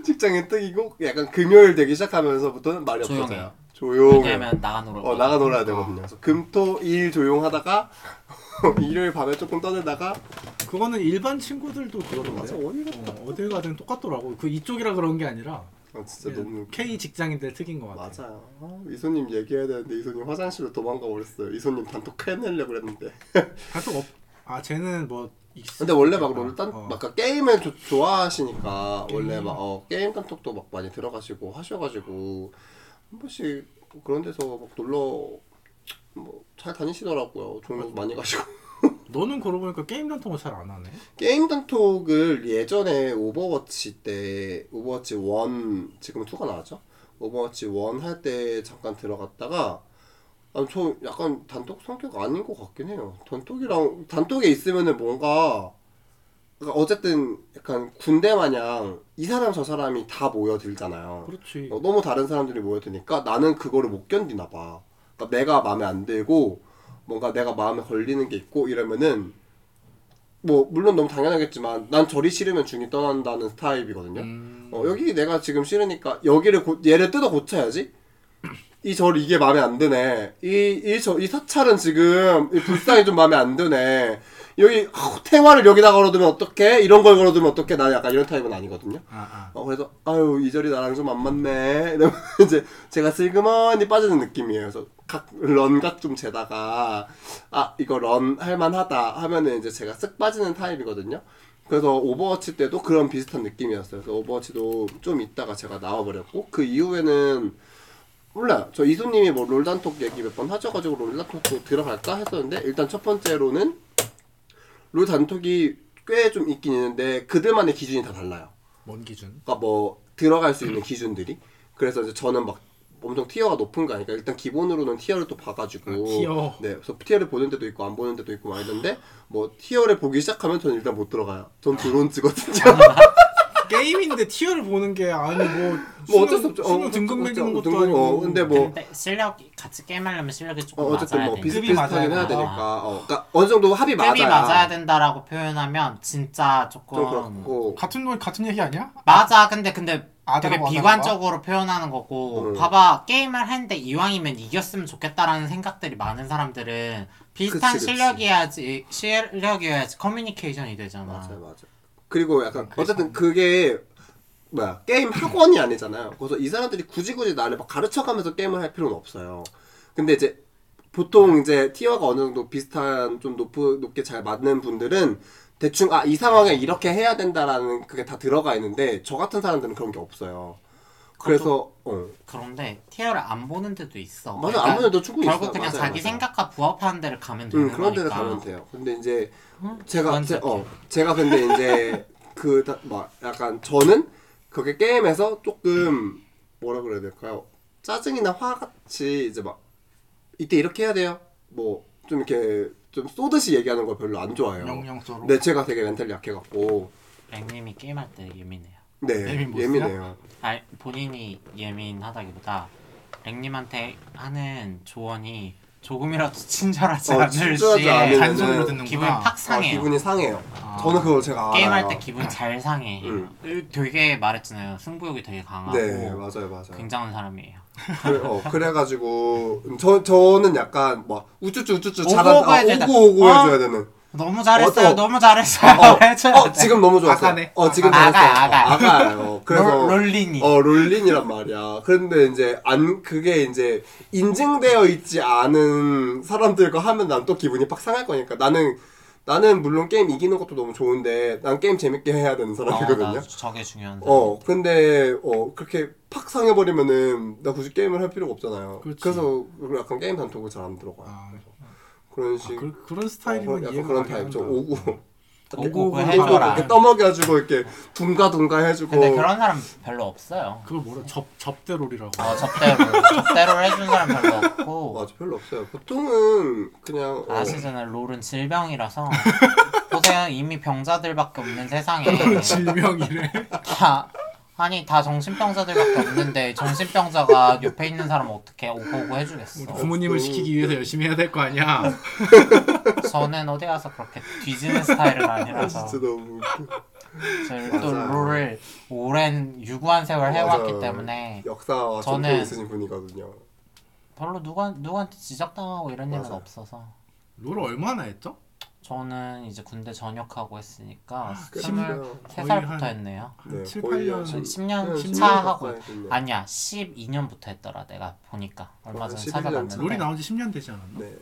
직장에 뜨이고 약간 금요일 되기 시작하면서부터는 말이 조용해. 없어져요. 조용해. 왜냐면 나가 놀아 어 나가 놀아야 되거든요. 그래서 금토일 조용하다가 일요일 밤에 조금 떠들다가 그거는 일반 친구들도 그러던데. 맞아 어디가 어, 어딜 가든 똑같더라고. 그 이쪽이라 그런 게 아니라 아, 예. 진짜 너무 K 직장인들 특인 것 같아. 맞아요. 아, 이소님 얘기해야 되는데 이소님 화장실로 도망가 버렸어요. 이소님 단톡 캐내려고 그랬는데. 단톡 없. 아 쟤는 뭐. 익숙- 근데 원래 막 롤을 딴, 어. 막 그 게임을 조- 좋아하시니까 원래 막 어, 게임 단톡도 막 많이 들어가시고 하셔가지고 한 번씩 그런 데서 막 놀러 뭐 잘 다니시더라고요. 종로 많이 가시고. 너는 그러고 보니까 게임 단톡을 잘 안 하네. 게임 단톡을 예전에 오버워치 때 오버워치 1 지금 2가 나왔죠? 오버워치 1 할 때 잠깐 들어갔다가 아, 저 약간 단톡 성격 아닌 것 같긴 해요. 단톡이랑 단톡에 있으면은 뭔가 그러니까 어쨌든 약간 군대 마냥 이 사람 저 사람이 다 모여들잖아요. 그렇지. 어, 너무 다른 사람들이 모여드니까 나는 그거를 못 견디나 봐. 그러니까 내가 마음에 안 들고 뭔가 내가 마음에 걸리는 게 있고 이러면은 뭐 물론 너무 당연하겠지만 난 저리 싫으면 중이 떠난다는 스타일이거든요. 음, 어, 여기 내가 지금 싫으니까 여기를 고, 얘를 뜯어 고쳐야지. 이 절 이게 마음에 안 드네. 이이저이 사찰은 지금 이 불상이 좀 마음에 안 드네. 여기 어, 탱화를 여기다 걸어두면 어떡해? 이런 걸 걸어두면 어떡해? 나는 약간 이런 타입은 아니거든요. 아, 아. 어, 그래서 아유 이 절이 나랑 좀 안 맞네. 이러면 이제 제가 슬그머니 빠지는 느낌이에요. 그래서 각런각 좀 재다가 아 이거 런 할만하다 하면은 이제 제가 쓱 빠지는 타입이거든요. 그래서 오버워치 때도 그런 비슷한 느낌이었어요. 그래서 오버워치도 좀 있다가 제가 나와버렸고 그 이후에는 몰라요. 저 이수님이 뭐 롤단톡 얘기 몇 번 하셔가지고 롤단톡도 들어갈까 했었는데 일단 첫 번째로는 롤 단톡이 꽤 좀 있긴 있는데 그들만의 기준이 다 달라요. 뭔 기준? 그러니까 뭐 들어갈 수 있는 기준들이 그래서 이제 저는 막 엄청 티어가 높은 거 아니까 일단 기본으로는 티어를 또 봐가지고 아, 티어. 네 그래서 티어를 보는 데도 있고 안 보는 데도 있고 막 이런데 뭐 티어를 보기 시작하면 저는 일단 못 들어가요 전 브론즈거든요 게임인데 티어를 보는 게 아니 뭐. 뭐 어쩔 수 없죠 수능 어, 등급 어쩔 수 매기는 없죠. 것도 등급, 아니고. 어, 근데 뭐 근데 실력이 같이 게임하려면 실력이 조금 어, 어쨌든 맞아야 뭐 되니까 비슷비슷하긴 맞아야 해야 되니까. 되니까 어, 그러니까 어느 정도 합이 맞아야 급이 맞아야 된다라고 표현하면 진짜 좀 조금 그렇고 같은 말 같은 얘기 아니야? 맞아 근데 근데 되게 아들하고 비관적으로 표현하는 거고 음. 봐봐 게임을 했는데 이왕이면 이겼으면 좋겠다라는 생각들이 많은 사람들은 비슷한 그치, 그치. 실력이어야지 실력이어야지 커뮤니케이션이 되잖아 네, 맞아요 맞아요 그리고 약간 그래서- 어쨌든 그게 뭐야 게임 학원이 아니잖아요. 그래서 이 사람들이 굳이 굳이 나를 막 가르쳐가면서 게임을 할 필요는 없어요. 근데 이제 보통 이제 티어가 어느 정도 비슷한 좀 높, 높게 잘 맞는 분들은 대충 아 이 상황에 이렇게 해야 된다라는 그게 다 들어가 있는데 저 같은 사람들은 그런 게 없어요. 그래서 아, 어 그런데 티어를 안 보는 데도 있어. 맞아 그러니까 아무래도 충분히 결국 있어요. 그냥 맞아요, 자기 맞아요. 생각과 부합하는 데를 가면 되는 음, 그런 거니까. 데를 가면 돼요. 근데 이제 음, 제가 그건 제, 좋지. 어 제가 근데 이제 그막 뭐, 약간 저는 그게 게임에서 조금 뭐라 그래야 될까요? 짜증이나 화 같이 이제 막 이때 이렇게 해야 돼요. 뭐 좀 이렇게 좀 쏘듯이 얘기하는 걸 별로 안 좋아해요. 영영소로. 근데 제가 되게 멘탈 약해갖고 랭님이 게임할 때 예민해요. 네 예민 보세요? 예민해요. 아 본인이 예민하다기보다 랭님한테 하는 조언이 조금이라도 친절하지 어, 않을 친절하지 시에 않으면은 잔소리로 듣는구나. 기분이 팍 상해요. 아, 기분이 상해요. 아. 저는 그걸 제가 게임할 알아요. 때 기분 잘 상해. 그 음. 되게 말했잖아요. 승부욕이 되게 강하고 네 맞아요 맞아요. 굉장한 사람이에요. 그래, 어, 그래가지고 음, 저 저는 약간 막 우쭈쭈 우쭈쭈 오고 잘한다 오고 해야 아, 되나? 오고 오고 어? 해줘야 되는 너무 잘했어요. 어, 또- 너무 잘했어요. 해줘야 어, 돼. 지금 너무 좋았어 아가네. 어 지금 아가, 잘했어 아가. 어, 아가예요 그래서 롤- 롤린이. 어 롤린이란 말이야 그런데 이제 안 그게 이제 인증되어 있지 않은 사람들과 하면 난 또 기분이 팍 상할 거니까 나는 나는 물론 게임 이기는 것도 너무 좋은데 난 게임 재밌게 해야 되는 어, 사람이거든요 나 저게 중요한. 어 근데 어 그렇게 팍 상해버리면은 나 굳이 게임을 할 필요가 없잖아요 그렇지. 그래서 약간 게임 단톡을 잘 안 들어가요 아, 그런 아, 식 그, 그런 어, 스타일이면 약간 이해가 그런 가긴 타입 좀 한다. 오고 오고 오고 오고 또 알아. 해줘라. 이렇게 떠먹여주고 이렇게 둥가둥가 해주고 근데 그런 사람 별로 없어요. 그걸 뭐라 접 접대롤이라고. 어 접대로 접대로 해준 사람 별로 없고 맞아 별로 없어요 보통은 그냥 어, 아시잖아요 롤은 질병이라서 보세요 이미 병자들밖에 없는 세상에 아, 질병이래. 다 아니 다 정신병자들밖에 없는데 정신병자가 옆에 있는 사람 어떻게 오고 오고 해주겠어 부모님을 시키기 위해서 열심히 해야 될 거 아니야. 저는 어디 가서 그렇게 뒤지는 스타일은 아니라서 진짜 너무 웃겨. 저희 또 맞아요. 롤을 오랜 유구한 세월 해왔기 맞아요. 때문에 역사와 저는- 전통 있으신 분이거든요 별로 누가 누구한테 지적당하고 이런 일은 맞아요. 없어서 롤 얼마나 했죠? 저는 이제 군대 전역하고 했으니까 꽤 스물 됐어요. 세 거의 살부터 한- 했네요 한 네, 7, 거의 8년 한 10년 음, 십 차 년 하고 가까이 됐네요. 아니야 12년부터 했더라 내가 보니까 얼마 전에 11년 찾아봤는데 롤이 나온 지 10년 되지 않았나? 네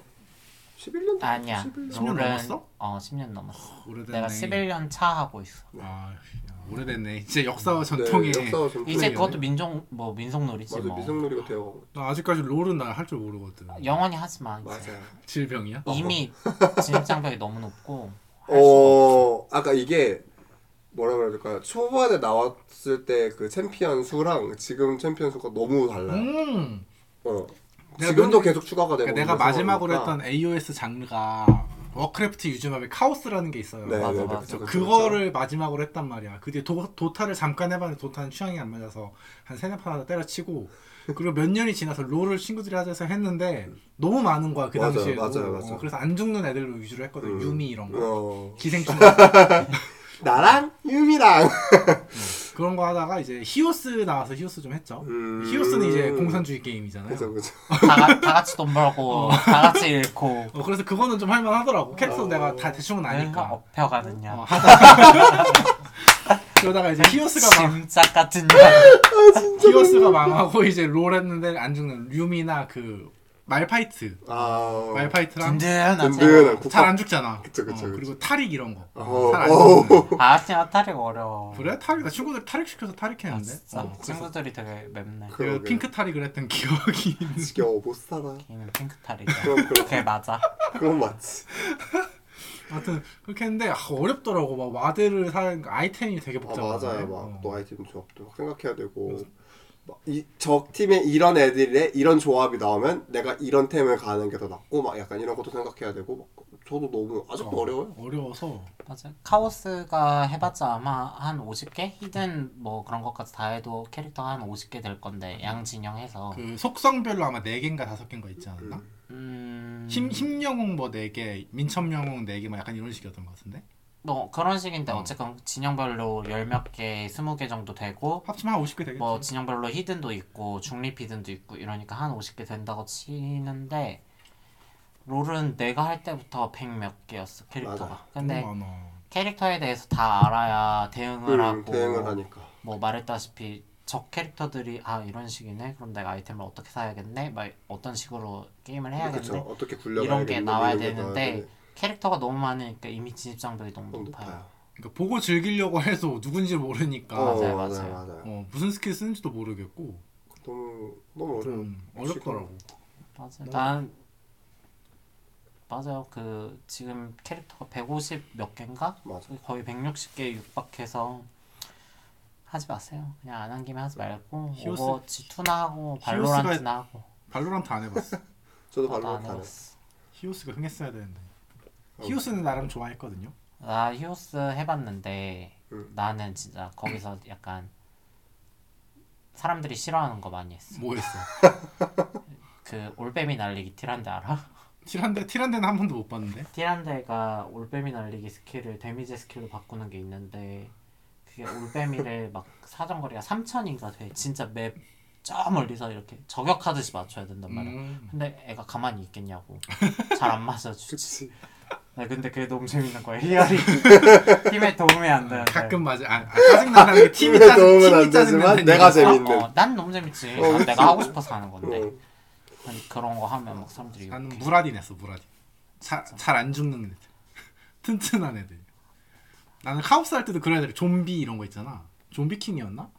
11년 아니야 11년 롤은 넘었어? 아, 어 10년 넘었어 오래됐네. 내가 11년 차 하고 있어 아, 야, 오래됐네. 진짜 역사와 전통에 네, 역사와 전통 이제 그러네. 그것도 민족 뭐 민속놀이지 맞아 뭐 미성놀이가 되어가고 나 아직까지 롤은 나 할 줄 모르거든. 영원히 하지 마 이제 맞아요 뭐. 질병이야? 어. 이미 진입장벽이 너무 높고 할 수가 어 아까 이게 뭐라 그래야 될까요 초반에 나왔을 때 그 챔피언 수랑 지금 챔피언 수가 너무 달라요 음. 어. 내가 지금도 맨- 계속 추가가 되고 그러니까 내가 있는 마지막으로 상황이니까. 했던 AOS 장르가 워크래프트 유즈맵의 카오스라는 게 있어요. 네, 맞아, 네, 맞아. 그쵸, 그쵸, 그쵸. 그거를 마지막으로 했단 말이야. 그게 도, 도타를 잠깐 해봤는데 도타는 취향이 안 맞아서 한 세네 판 하다 때려치고 그리고 몇 년이 지나서 롤을 친구들이 하자해서 했는데 너무 많은 거야 그 맞아요, 당시에. 맞아요, 맞아요. 그래서 안 죽는 애들로 위주로 했거든. 음. 유미 이런 거. 어. 기생충 나랑 유미랑 그런 거 하다가 이제 히오스 나와서 히오스 좀 했죠. 음. 히오스는 이제 공산주의 게임이잖아요. 그죠 그죠 없어. 다, 가- 다 같이 돈 벌고 다 같이 잃고 어, 그래서 그거는 좀 할만하더라고. 캐릭터 어. 내가 다 대충은 내가 아니까. 업혀가느냐 어, 하다가 그러다가 이제 아, 히오스가 막 짐짝 같은 년 히오스가 망하고 이제 롤 했는데 안 죽는 류미나 그 말파이트 아 말파이트랑 든든하지 든든한 잘 국밥 안 죽잖아 그쵸, 그쵸, 어, 그쵸. 그리고 타릭 이런 거 어, 잘안 어. 죽는 아시아 타릭 어려워 그래? 타릭 나 친구들 타릭 시켜서 타릭했는데 아, 진짜 어, 그래서 친구들이 되게 맵네 그- 그 핑크 타릭을 했던 기억이 있는 지겨워 못 살아 걔는 핑크 타릭이야 그럼 그럼 그게 맞아 그건 맞지 아무튼 그렇게 했는데 아, 어렵더라고 막 와드를 사는 거, 아이템이 되게 아 복잡하고 맞아요 어. 막또 아이템 조합도 막 생각해야 되고 막이적 팀에 이런 애들의 이런 조합이 나오면 내가 이런 템을 가는 게 더 낫고 막 약간 이런 것도 생각해야 되고 막 저도 너무 아직도 어. 려워요 어려워서 맞아 카오스가 해봤자 아마 한 50개 히든 뭐 그런 것까지 다 해도 캐릭터 한 50개 될 건데 양 진영 해서 그 속성별로 아마 4개인가 5개인가 있지 않았나? 음... 힘, 힘 영웅 뭐 4개, 민첩 영웅 4개 막 약간 이런 식이었던 것 같은데? 뭐 그런 식인데 어. 어쨌건 진영별로 열 몇 개, 스무 개 정도 되고 합치면 한 50개 되겠지? 뭐 진영별로 히든도 있고 중립 히든도 있고 이러니까 한 50개 된다고 치는데 롤은 내가 할 때부터 100 몇 개였어 캐릭터가 맞아. 근데 너무 많아. 캐릭터에 대해서 다 알아야 음, 대응을 하고 대응을 하니까 뭐 말했다시피 적 캐릭터들이 아 이런 식이네 그럼 내가 아이템을 어떻게 사야겠네 막 어떤 식으로 게임을 그렇죠. 해야겠네 어떻게 굴려 이런 게 나와야 되는데 캐릭터가 너무 많으니까 이미 진입장벽이 너무 너무 높아요. 높아요. 그러니까 보고 즐기려고 해도 누군지 모르니까 어. 어. 맞아요, 맞아요. 맞아요. 맞아요. 무슨 스킬 쓰는지도 모르겠고 너무 너무 어려워. 좀 어렵더라고. 맞아요. 뭐. 난 맞아요. 그 지금 캐릭터가 150 몇 개인가? 맞아. 거의 160개 육박해서 하지 마세요. 그냥 안 한 김에 하지 말고 히오스- 오버워치 2나 하고 히오스가- 발로란트나 하고 발로란트 안 해봤어. 저도 나도 안 발로란트 안 해봤어. 히오스가 흥했어야 되는데. 어. 히오스는 나름 좋아했거든요. 나 히오스 해봤는데 음. 나는 진짜 거기서 약간 사람들이 싫어하는 거 많이 했어. 뭐 했어? 그 올빼미 날리기 티란데 알아? 티란데 티란데는 한 번도 못 봤는데. 티란데가 올빼미 날리기 스킬을 데미지 스킬로 바꾸는 게 있는데 그게 올빼미를 막 사정거리가 3천인가 돼. 진짜 맵 저 멀리서 이렇게 저격하듯이 맞춰야 된단 말이야. 음. 근데 애가 가만히 있겠냐고 잘 안 맞아주지 그치. 네, 근데 그게 너무 재밌는 거야 희열이 팀에 도움이 안 되는데 가끔 맞아. 아, 아, 짜증난다는 게 팀이 팀에 짜증 도움은 팀이 안 되지만 짜증난다는 내가 얘기지. 아, 재밌는. 어, 어, 난 너무 재밌지 어, 난 그치. 내가 하고 싶어서 하는 건데 응. 아니, 그런 거 하면 막 사람들이 나는 욕해. 무라딘 했어 무라딘 잘안 죽는 애들 튼튼한 애들 나는 카오스 할 때도 그런 애들 좀비 이런 거 있잖아 좀비킹이었나?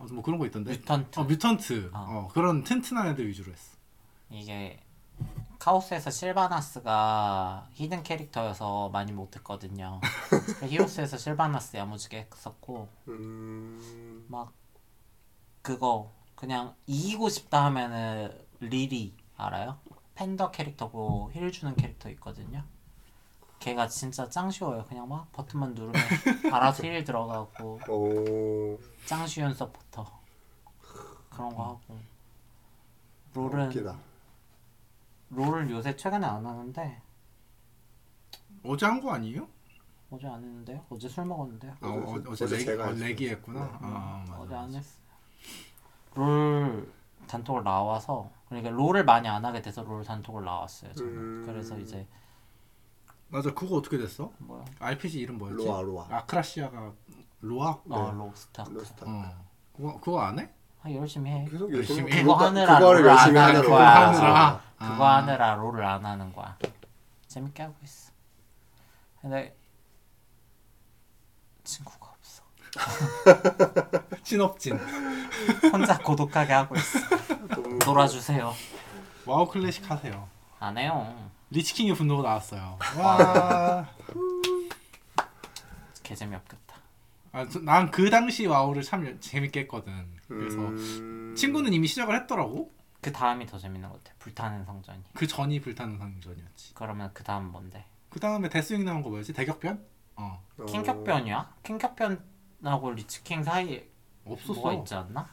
어, 뭐 그런 거 있던데 뮤턴트 어 뮤턴트 어. 어. 그런 튼튼한 애들 위주로 했어 이게 카오스에서 실바나스가 히든 캐릭터여서 많이 못했거든요 히오스에서 실바나스 야무지게 했었고 음. 막 그거 그냥 이기고 싶다 하면은 리리 알아요? 팬더 캐릭터고 힐 주는 캐릭터 있거든요. 걔가 진짜 짱 쉬워요. 그냥 막 버튼만 누르면 알아서 힐 들어가고 오. 짱 쉬운 서포터 그런 거 하고 롤은 웃기다. 롤을 요새 최근에 안 하는데 어제 한 거 아니에요? 어제 안 했는데요. 어제 술 먹었는데요. 아, 어제- 어, 어, 어제 어제 레기, 제가 어, 했어요. 레기 했구나 네. 아, 맞아, 어제 맞아. 안 했어. 롤 단톡을 나와서 그러니까 롤을 많이 안 하게 돼서 롤 단톡을 나왔어요. 저는. 음. 그래서 이제 맞아 그거 어떻게 됐어? 뭐야? RPG 이름 뭐였지? 로아 로아. 아크라시아가 로아? 어 로스타크. 네. 로스타. 어 그거, 그거 안 해? 아 열심히 해. 계속 열심히 요즘은 해. 그거 그거다- 하느라 그거를 롤을 열심히 안 하는 하느라 거야. 롤을 안 하느라. 아, 그거 아. 하느라 롤을 안 하는 거야. 재밌게 하고 있어. 근데 친구가 없어. 찐업진 혼자 고독하게 하고 있어. 너무- 놀아주세요. 와우 클래식 하세요 안 해요. 리치킹의 분노가 나왔어요 와 개 재미없겠다. 아난 그 당시 와우를 참 여- 재밌게 했거든. 그래서 음. 친구는 이미 시작을 했더라고. 그 다음이 더 재밌는 것 같아. 불타는 성전이. 그 전이 불타는 상전이었지. 그러면 그 다음 뭔데? 그 다음에 데스윙 나온 거 뭐였지? 대격변? 어 어. 킹격변이야? 킹격변하고 리치킹 사이에 없었어. 뭐가 있지 않나?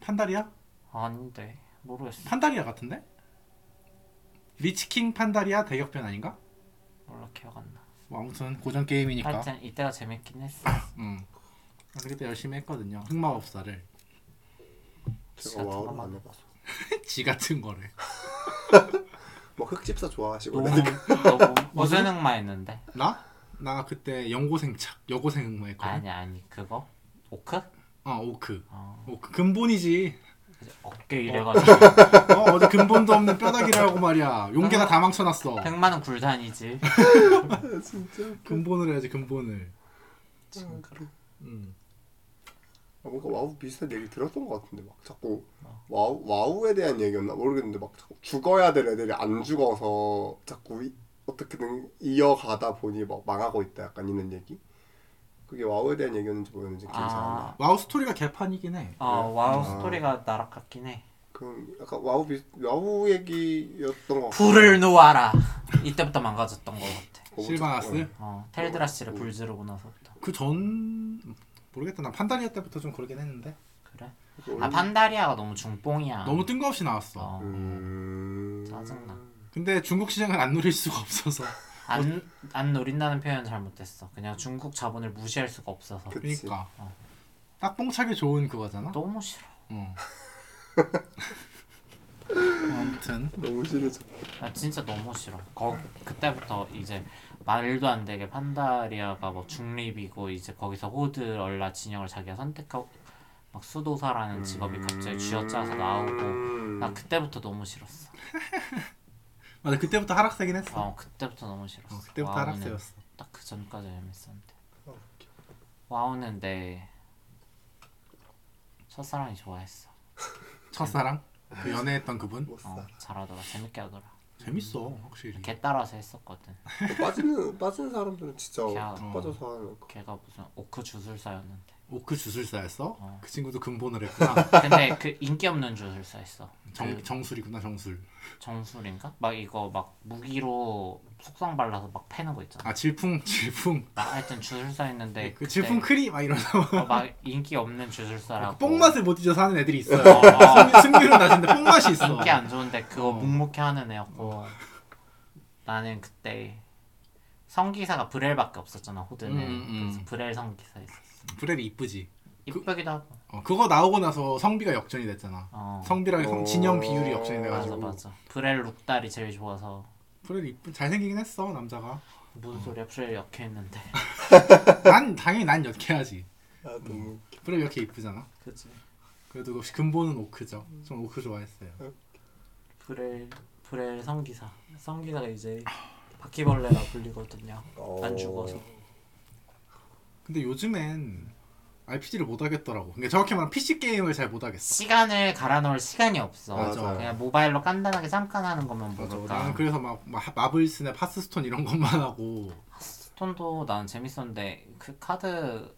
판다리아? 아닌데 모르겠어. 판다리아 같은데? 리치킹 판다리아 대격변 아닌가? 몰라 기억 안 나. 뭐 아무튼 고전 게임이니까. 하여튼 이때가 재밌긴 했어. 음. 아, 그때 열심히 했거든요. 흑마법사를 제가 와우를 안 해봐서. 지 같은 거를. 뭐 흑집사 좋아하시고. 너무 너무 무슨 흑마 했는데? 나? 나 그때 연고생착 여고생 흑마했거든. 아니 아니 그거 오크? 어 오크. 어, 오크 근본이지. 이제 어깨 이래가지고 어, 어디 근본도 없는 뼈다귀라고 말이야. 용계가 다 망쳐놨어. 흑마는 굴단이지. 진짜. 근본을 해야지 근본을. 지금 그럼. 음. 아, 뭔가 와우 비슷한 얘기 들었던 것 같은데 막 자꾸 어. 와우 와우에 대한 얘기였나 모르겠는데 막 자꾸 죽어야 될 애들이 안 죽어서 자꾸 이, 어떻게든 이어가다 보니 막 망하고 있다 약간 있는 얘기 그게 와우에 대한 얘기였는지 모르겠는지 기억이 잘 안 나. 아, 와우 스토리가 개판이긴 해. 어 와우 아. 스토리가 나락 같긴 해. 그럼 약간 와우 비 와우 얘기였던 것 같아. 불을 놓아라. 이때부터 망가졌던 것 같아. 어, 실바나스? 어 텔드라시를 음. 불 지르고 나서부터 그 전 모르겠다. 난 판다리아 때부터 좀 그러긴 했는데 그래. 어, 아 판다리아가 너무 중뽕이야. 음. 너무 뜬금없이 나왔어. 어. 음... 짜증나. 근데 중국 시장을 안 누릴 수가 없어서. 안, 안 노린다는 표현 잘못됐어. 그냥 중국 자본을 무시할 수가 없어서. 그- 그치. 그러니까 어. 딱 뽕차기 좋은 그거잖아. 너무 싫어. 어. 음. 아무튼 너무 싫어져. 나 진짜 너무 싫어. 거 그때부터 이제 말도 안 되게 판다리아가 뭐 중립이고 이제 거기서 호드 얼라 진영을 자기가 선택하고 막 수도사라는 음. 직업이 갑자기 쥐어짜서 나오고 음. 나 그때부터 너무 싫었어. 맞아 그때부터 하락세긴 했어. 어 그때부터 너무 싫었어. 어, 그때부터 하락세였어. 딱그 전까지 재밌었는데. 와우는 내 첫사랑이 좋아했어. 첫사랑 그 연애했던 그분 못 살아. 어, 잘하더라. 재밌게 하더라. 재밌어 확실히. 걔 따라서 했었거든. 빠지는 빠진 사람들은 진짜 야. 어. 빠져서 하는 거. 걔가 무슨 오크 주술사였는데. 오크 그 주술사였어? 어. 그 친구도 근본을 했구나. 근데 그 인기 없는 주술사였어. 정 정술이구나 정술. 정술인가? 막 이거 막 무기로 속성 발라서 막 패는 거 있잖아. 아 질풍 질풍. 나 하여튼 주술사 했는데 그 질풍 크리 막 이러면서 어, 막 인기 없는 주술사라고. 그 뽕맛을 못 잊어서 하는 애들이 있어요. 어, 승- 승률은 낮은데 뽕맛이 있어. 인기 안 좋은데 그거 어. 묵묵히 하는 애였고 나는 그때 성기사가 브렐밖에 없었잖아 호드는 음, 음. 그 그래서 브렐 성기사 있었어 브렐이 이쁘지. 이쁘기도 하고 어, 그거 나오고 나서 성비가 역전이 됐잖아. 어 성비랑 성, 어. 진영 비율이 역전이 맞아 돼가지고 맞아 브렐 룩달이 제일 좋아서 브렐 이쁘 잘생기긴 했어 남자가. 무슨 소리야 브렐 역해했는데 난 당연히 난 역해야지. 아 음. 너무 웃겨. 브렐 이렇게 이쁘잖아. 그치 그래도 역시 근본은 오크죠. 전 오크 좋아했어요. 브렐 브렐 성기사 성기사가 이제 바퀴벌레라 불리거든요 어. 안 죽어서 근데 요즘엔 RPG를 못 하겠더라고. 그러니까 정확히 말하면 PC 게임을 잘 못 하겠어. 시간을 갈아 넣을 시간이 없어 맞아. 그냥 모바일로 간단하게 잠깐 하는 것만 나는 보니까 그래서 막, 막 마블스나 파스스톤 이런 것만 하고 스톤도 난 재밌었는데 그 카드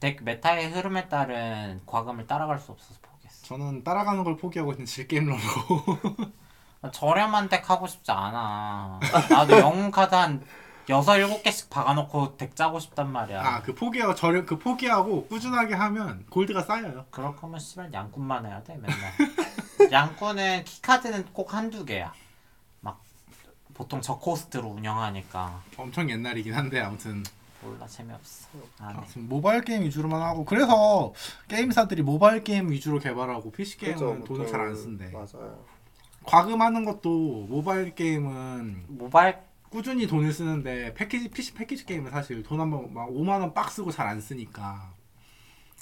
덱 메타의 흐름에 따른 과금을 따라갈 수 없어서 포기했어. 저는 따라가는 걸 포기하고 있는 질게임러로 나 저렴한 덱 하고 싶지 않아. 나도 영웅 카드 한 여섯 일곱 개씩 박아놓고 덱 짜고 싶단 말이야. 아그 포기하고 저를 그 포기하고 꾸준하게 하면 골드가 쌓여요. 그럴 거면 씨발 양꾼만 해야 돼 맨날. 양꾼은 키 카드는 꼭 한두 개야. 막 보통 저코스트로 운영하니까 엄청 옛날이긴 한데 아무튼 몰라 재미없어. 안 해. 아무튼 모바일 게임 위주로만 하고 그래서 게임사들이 모바일 게임 위주로 개발하고 PC 게임은 그죠, 돈을 보통은. 잘 안 쓴대. 맞아요. 과금하는 것도 모바일 게임은 모바일 꾸준히 돈을 쓰는데 패키지 PC 패키지 게임은 사실 돈 한번 막 5만 원 빡 쓰고 잘 안 쓰니까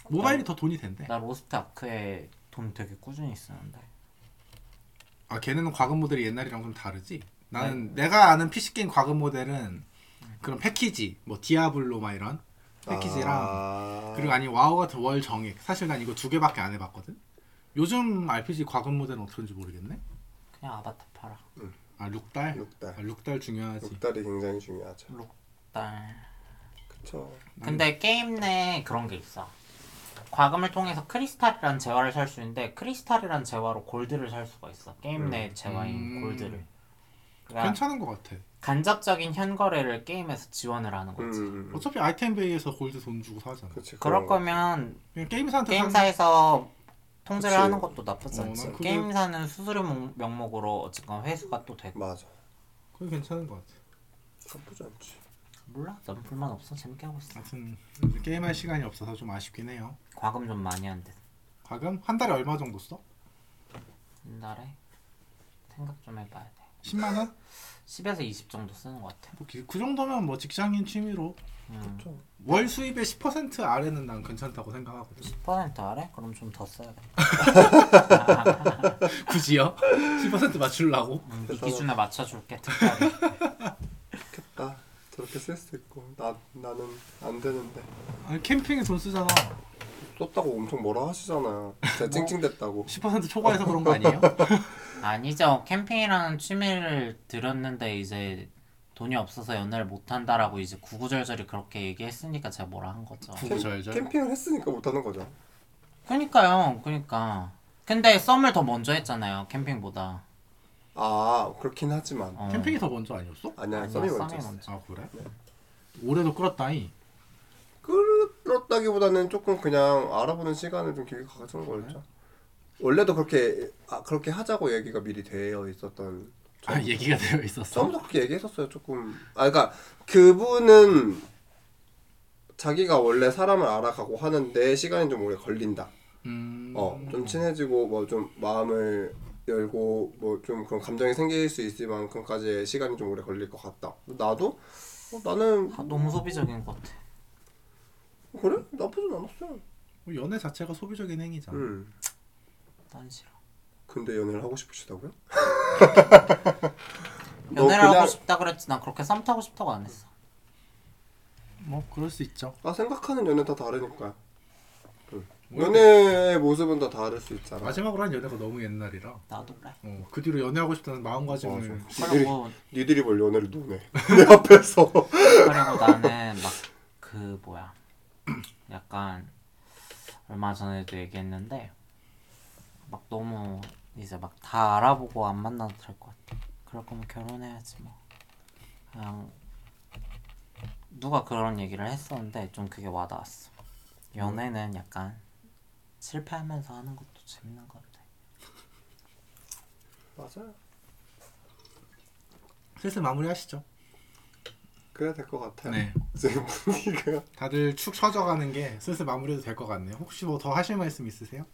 모바일이 더 돈이 된대. 나 로스트 아크에 돈 되게 꾸준히 쓰는데. 아 걔네는 과금 모델이 옛날이랑 좀 다르지? 나는 네. 내가 아는 PC 게임 과금 모델은 그런 패키지 뭐 디아블로 막 이런 패키지랑 아. 그리고 아니 와우 같은 월 정액 사실 난 이거 두 개밖에 안 해봤거든. 요즘 RPG 과금 모델은 어떤지 모르겠네. 그냥 아바타 팔아. 아 룩달. 룩달. 아, 룩달 중요하지. 룩달이 굉장히 중요하죠. 딸. 그쵸. 음. 근데 게임 내 그런 게 있어. 과금을 통해서 크리스탈이란 재화를 살 수 있는데 크리스탈이란 재화로 골드를 살 수가 있어. 게임 내 재화인 음. 골드를. 그러니까 괜찮은 것 같아. 간접적인 현거래를 게임에서 지원을 하는 거지. 음. 어차피 아이템 베이에서 골드 돈 주고 사잖아. 그치. 그런 그럴 거. 거면 그냥 게임사한테 사는 게임사에서 통제를 그치. 하는 것도 나쁘지 어, 난 않지. 그게- 게임사는 수수료 목- 명목으로 어쨌건 회수가 또 되고. 맞아. 그게 괜찮은 것 같아. 나쁘지 않지. 몰라, 넌 불만 없어. 재밌게 하고 있어. 아무튼 이제 게임할 시간이 없어서 좀 아쉽긴 해요. 과금 좀 많이 한대. 과금 한 달에 얼마 정도 써? 옛날에 생각 좀 해봐야 돼. 10만 원? 10에서 20 정도 쓰는 것 같아. 뭐 그- 그 정도면 뭐 직장인 취미로 음. 그쵸. 월 수입의 10% 아래는 난 괜찮다고 생각하거든. 10% 아래? 그럼 좀 더 써야겠다. 굳이요? 10% 맞추려고? 음, 이 그래서- 기준에 맞춰줄게 특별히. 좋겠다. 저렇게 쓸 수 있고 나 나는 안 되는데 아니 캠핑에 돈 쓰잖아. 썼다고 엄청 뭐라 하시잖아요. 제가 뭐? 찡찡댔다고. 10% 초과해서 그런 거 아니에요? 아니죠. 캠핑이라는 취미를 들였는데 이제 돈이 없어서 연애를 못한다라고 이제 구구절절히 그렇게 얘기했으니까 제가 뭐라 한 거죠. 구- 캠, 절절. 캠핑을 했으니까 못하는 거죠. 그니까요. 그니까. 근데 썸을 더 먼저 했잖아요. 캠핑보다. 아 그렇긴 하지만 어. 캠핑이 더 먼저 아니었어? 아니야 아니야, 썸이 썸이 먼저. 있어. 먼저. 아 그래? 올해도 끌었다니. 끌었다기보다는 조금 그냥 알아보는 시간을 좀 길게 가져온 거였죠. 원래도 그렇게 아, 그렇게 하자고 얘기가 미리 되어 있었던. 아 얘기가 되어 있었어. 처음부터 그렇게 얘기했었어요. 조금. 아 그러니까 그분은 자기가 원래 사람을 알아가고 하는데 시간이 좀 오래 걸린다. 음. 어, 좀 친해지고 뭐 좀 마음을 열고 뭐 좀 그런 감정이 생길 수 있을 만큼까지의 시간이 좀 오래 걸릴 것 같다. 나도 어, 나는 아, 너무 소비적인 것 같아. 그래 나쁘진 않았어. 뭐 연애 자체가 소비적인 행위잖아. 음. 난 싫어. 근데 연애를 하고 싶으시다고요? 너 연애를 그냥- 하고 싶다 그랬지. 난 그렇게 썸 타고 싶다고 안 했어. 뭐 그럴 수 있죠. 아 생각하는 연애 다 다르니까. 응. 뭐 연애의 모습은 다 다를 수 있잖아. 마지막으로 한 연애가 너무 옛날이라. 나도 그래. 어, 그 뒤로 연애하고 싶다는 마음가짐을 맞아. 네. 그리고 어, 니들이 니들이 뭐뭘 연애를 노네 내 앞에서. 그리고 나는 막 그 뭐야 약간 얼마 전에도 얘기했는데 막 너무 이제 막 다 알아보고 안 만나도 될 것 같아 그럴 거면 결혼해야지 뭐 그냥 누가 그런 얘기를 했었는데 좀 그게 와닿았어 연애는 약간 실패하면서 하는 것도 재밌는 것 같아 맞아. 슬슬 마무리하시죠. 그래야 될 것 같아. 네. 지금 분위기가 다들 축 처져가는 게 슬슬 마무리해도 될 것 같네요. 혹시 뭐 더 하실 말씀 있으세요?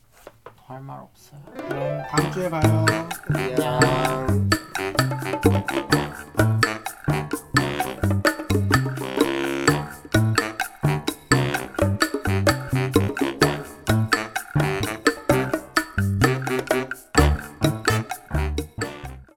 할 말 없어요 그럼 다음 주에 봐요. 그냥.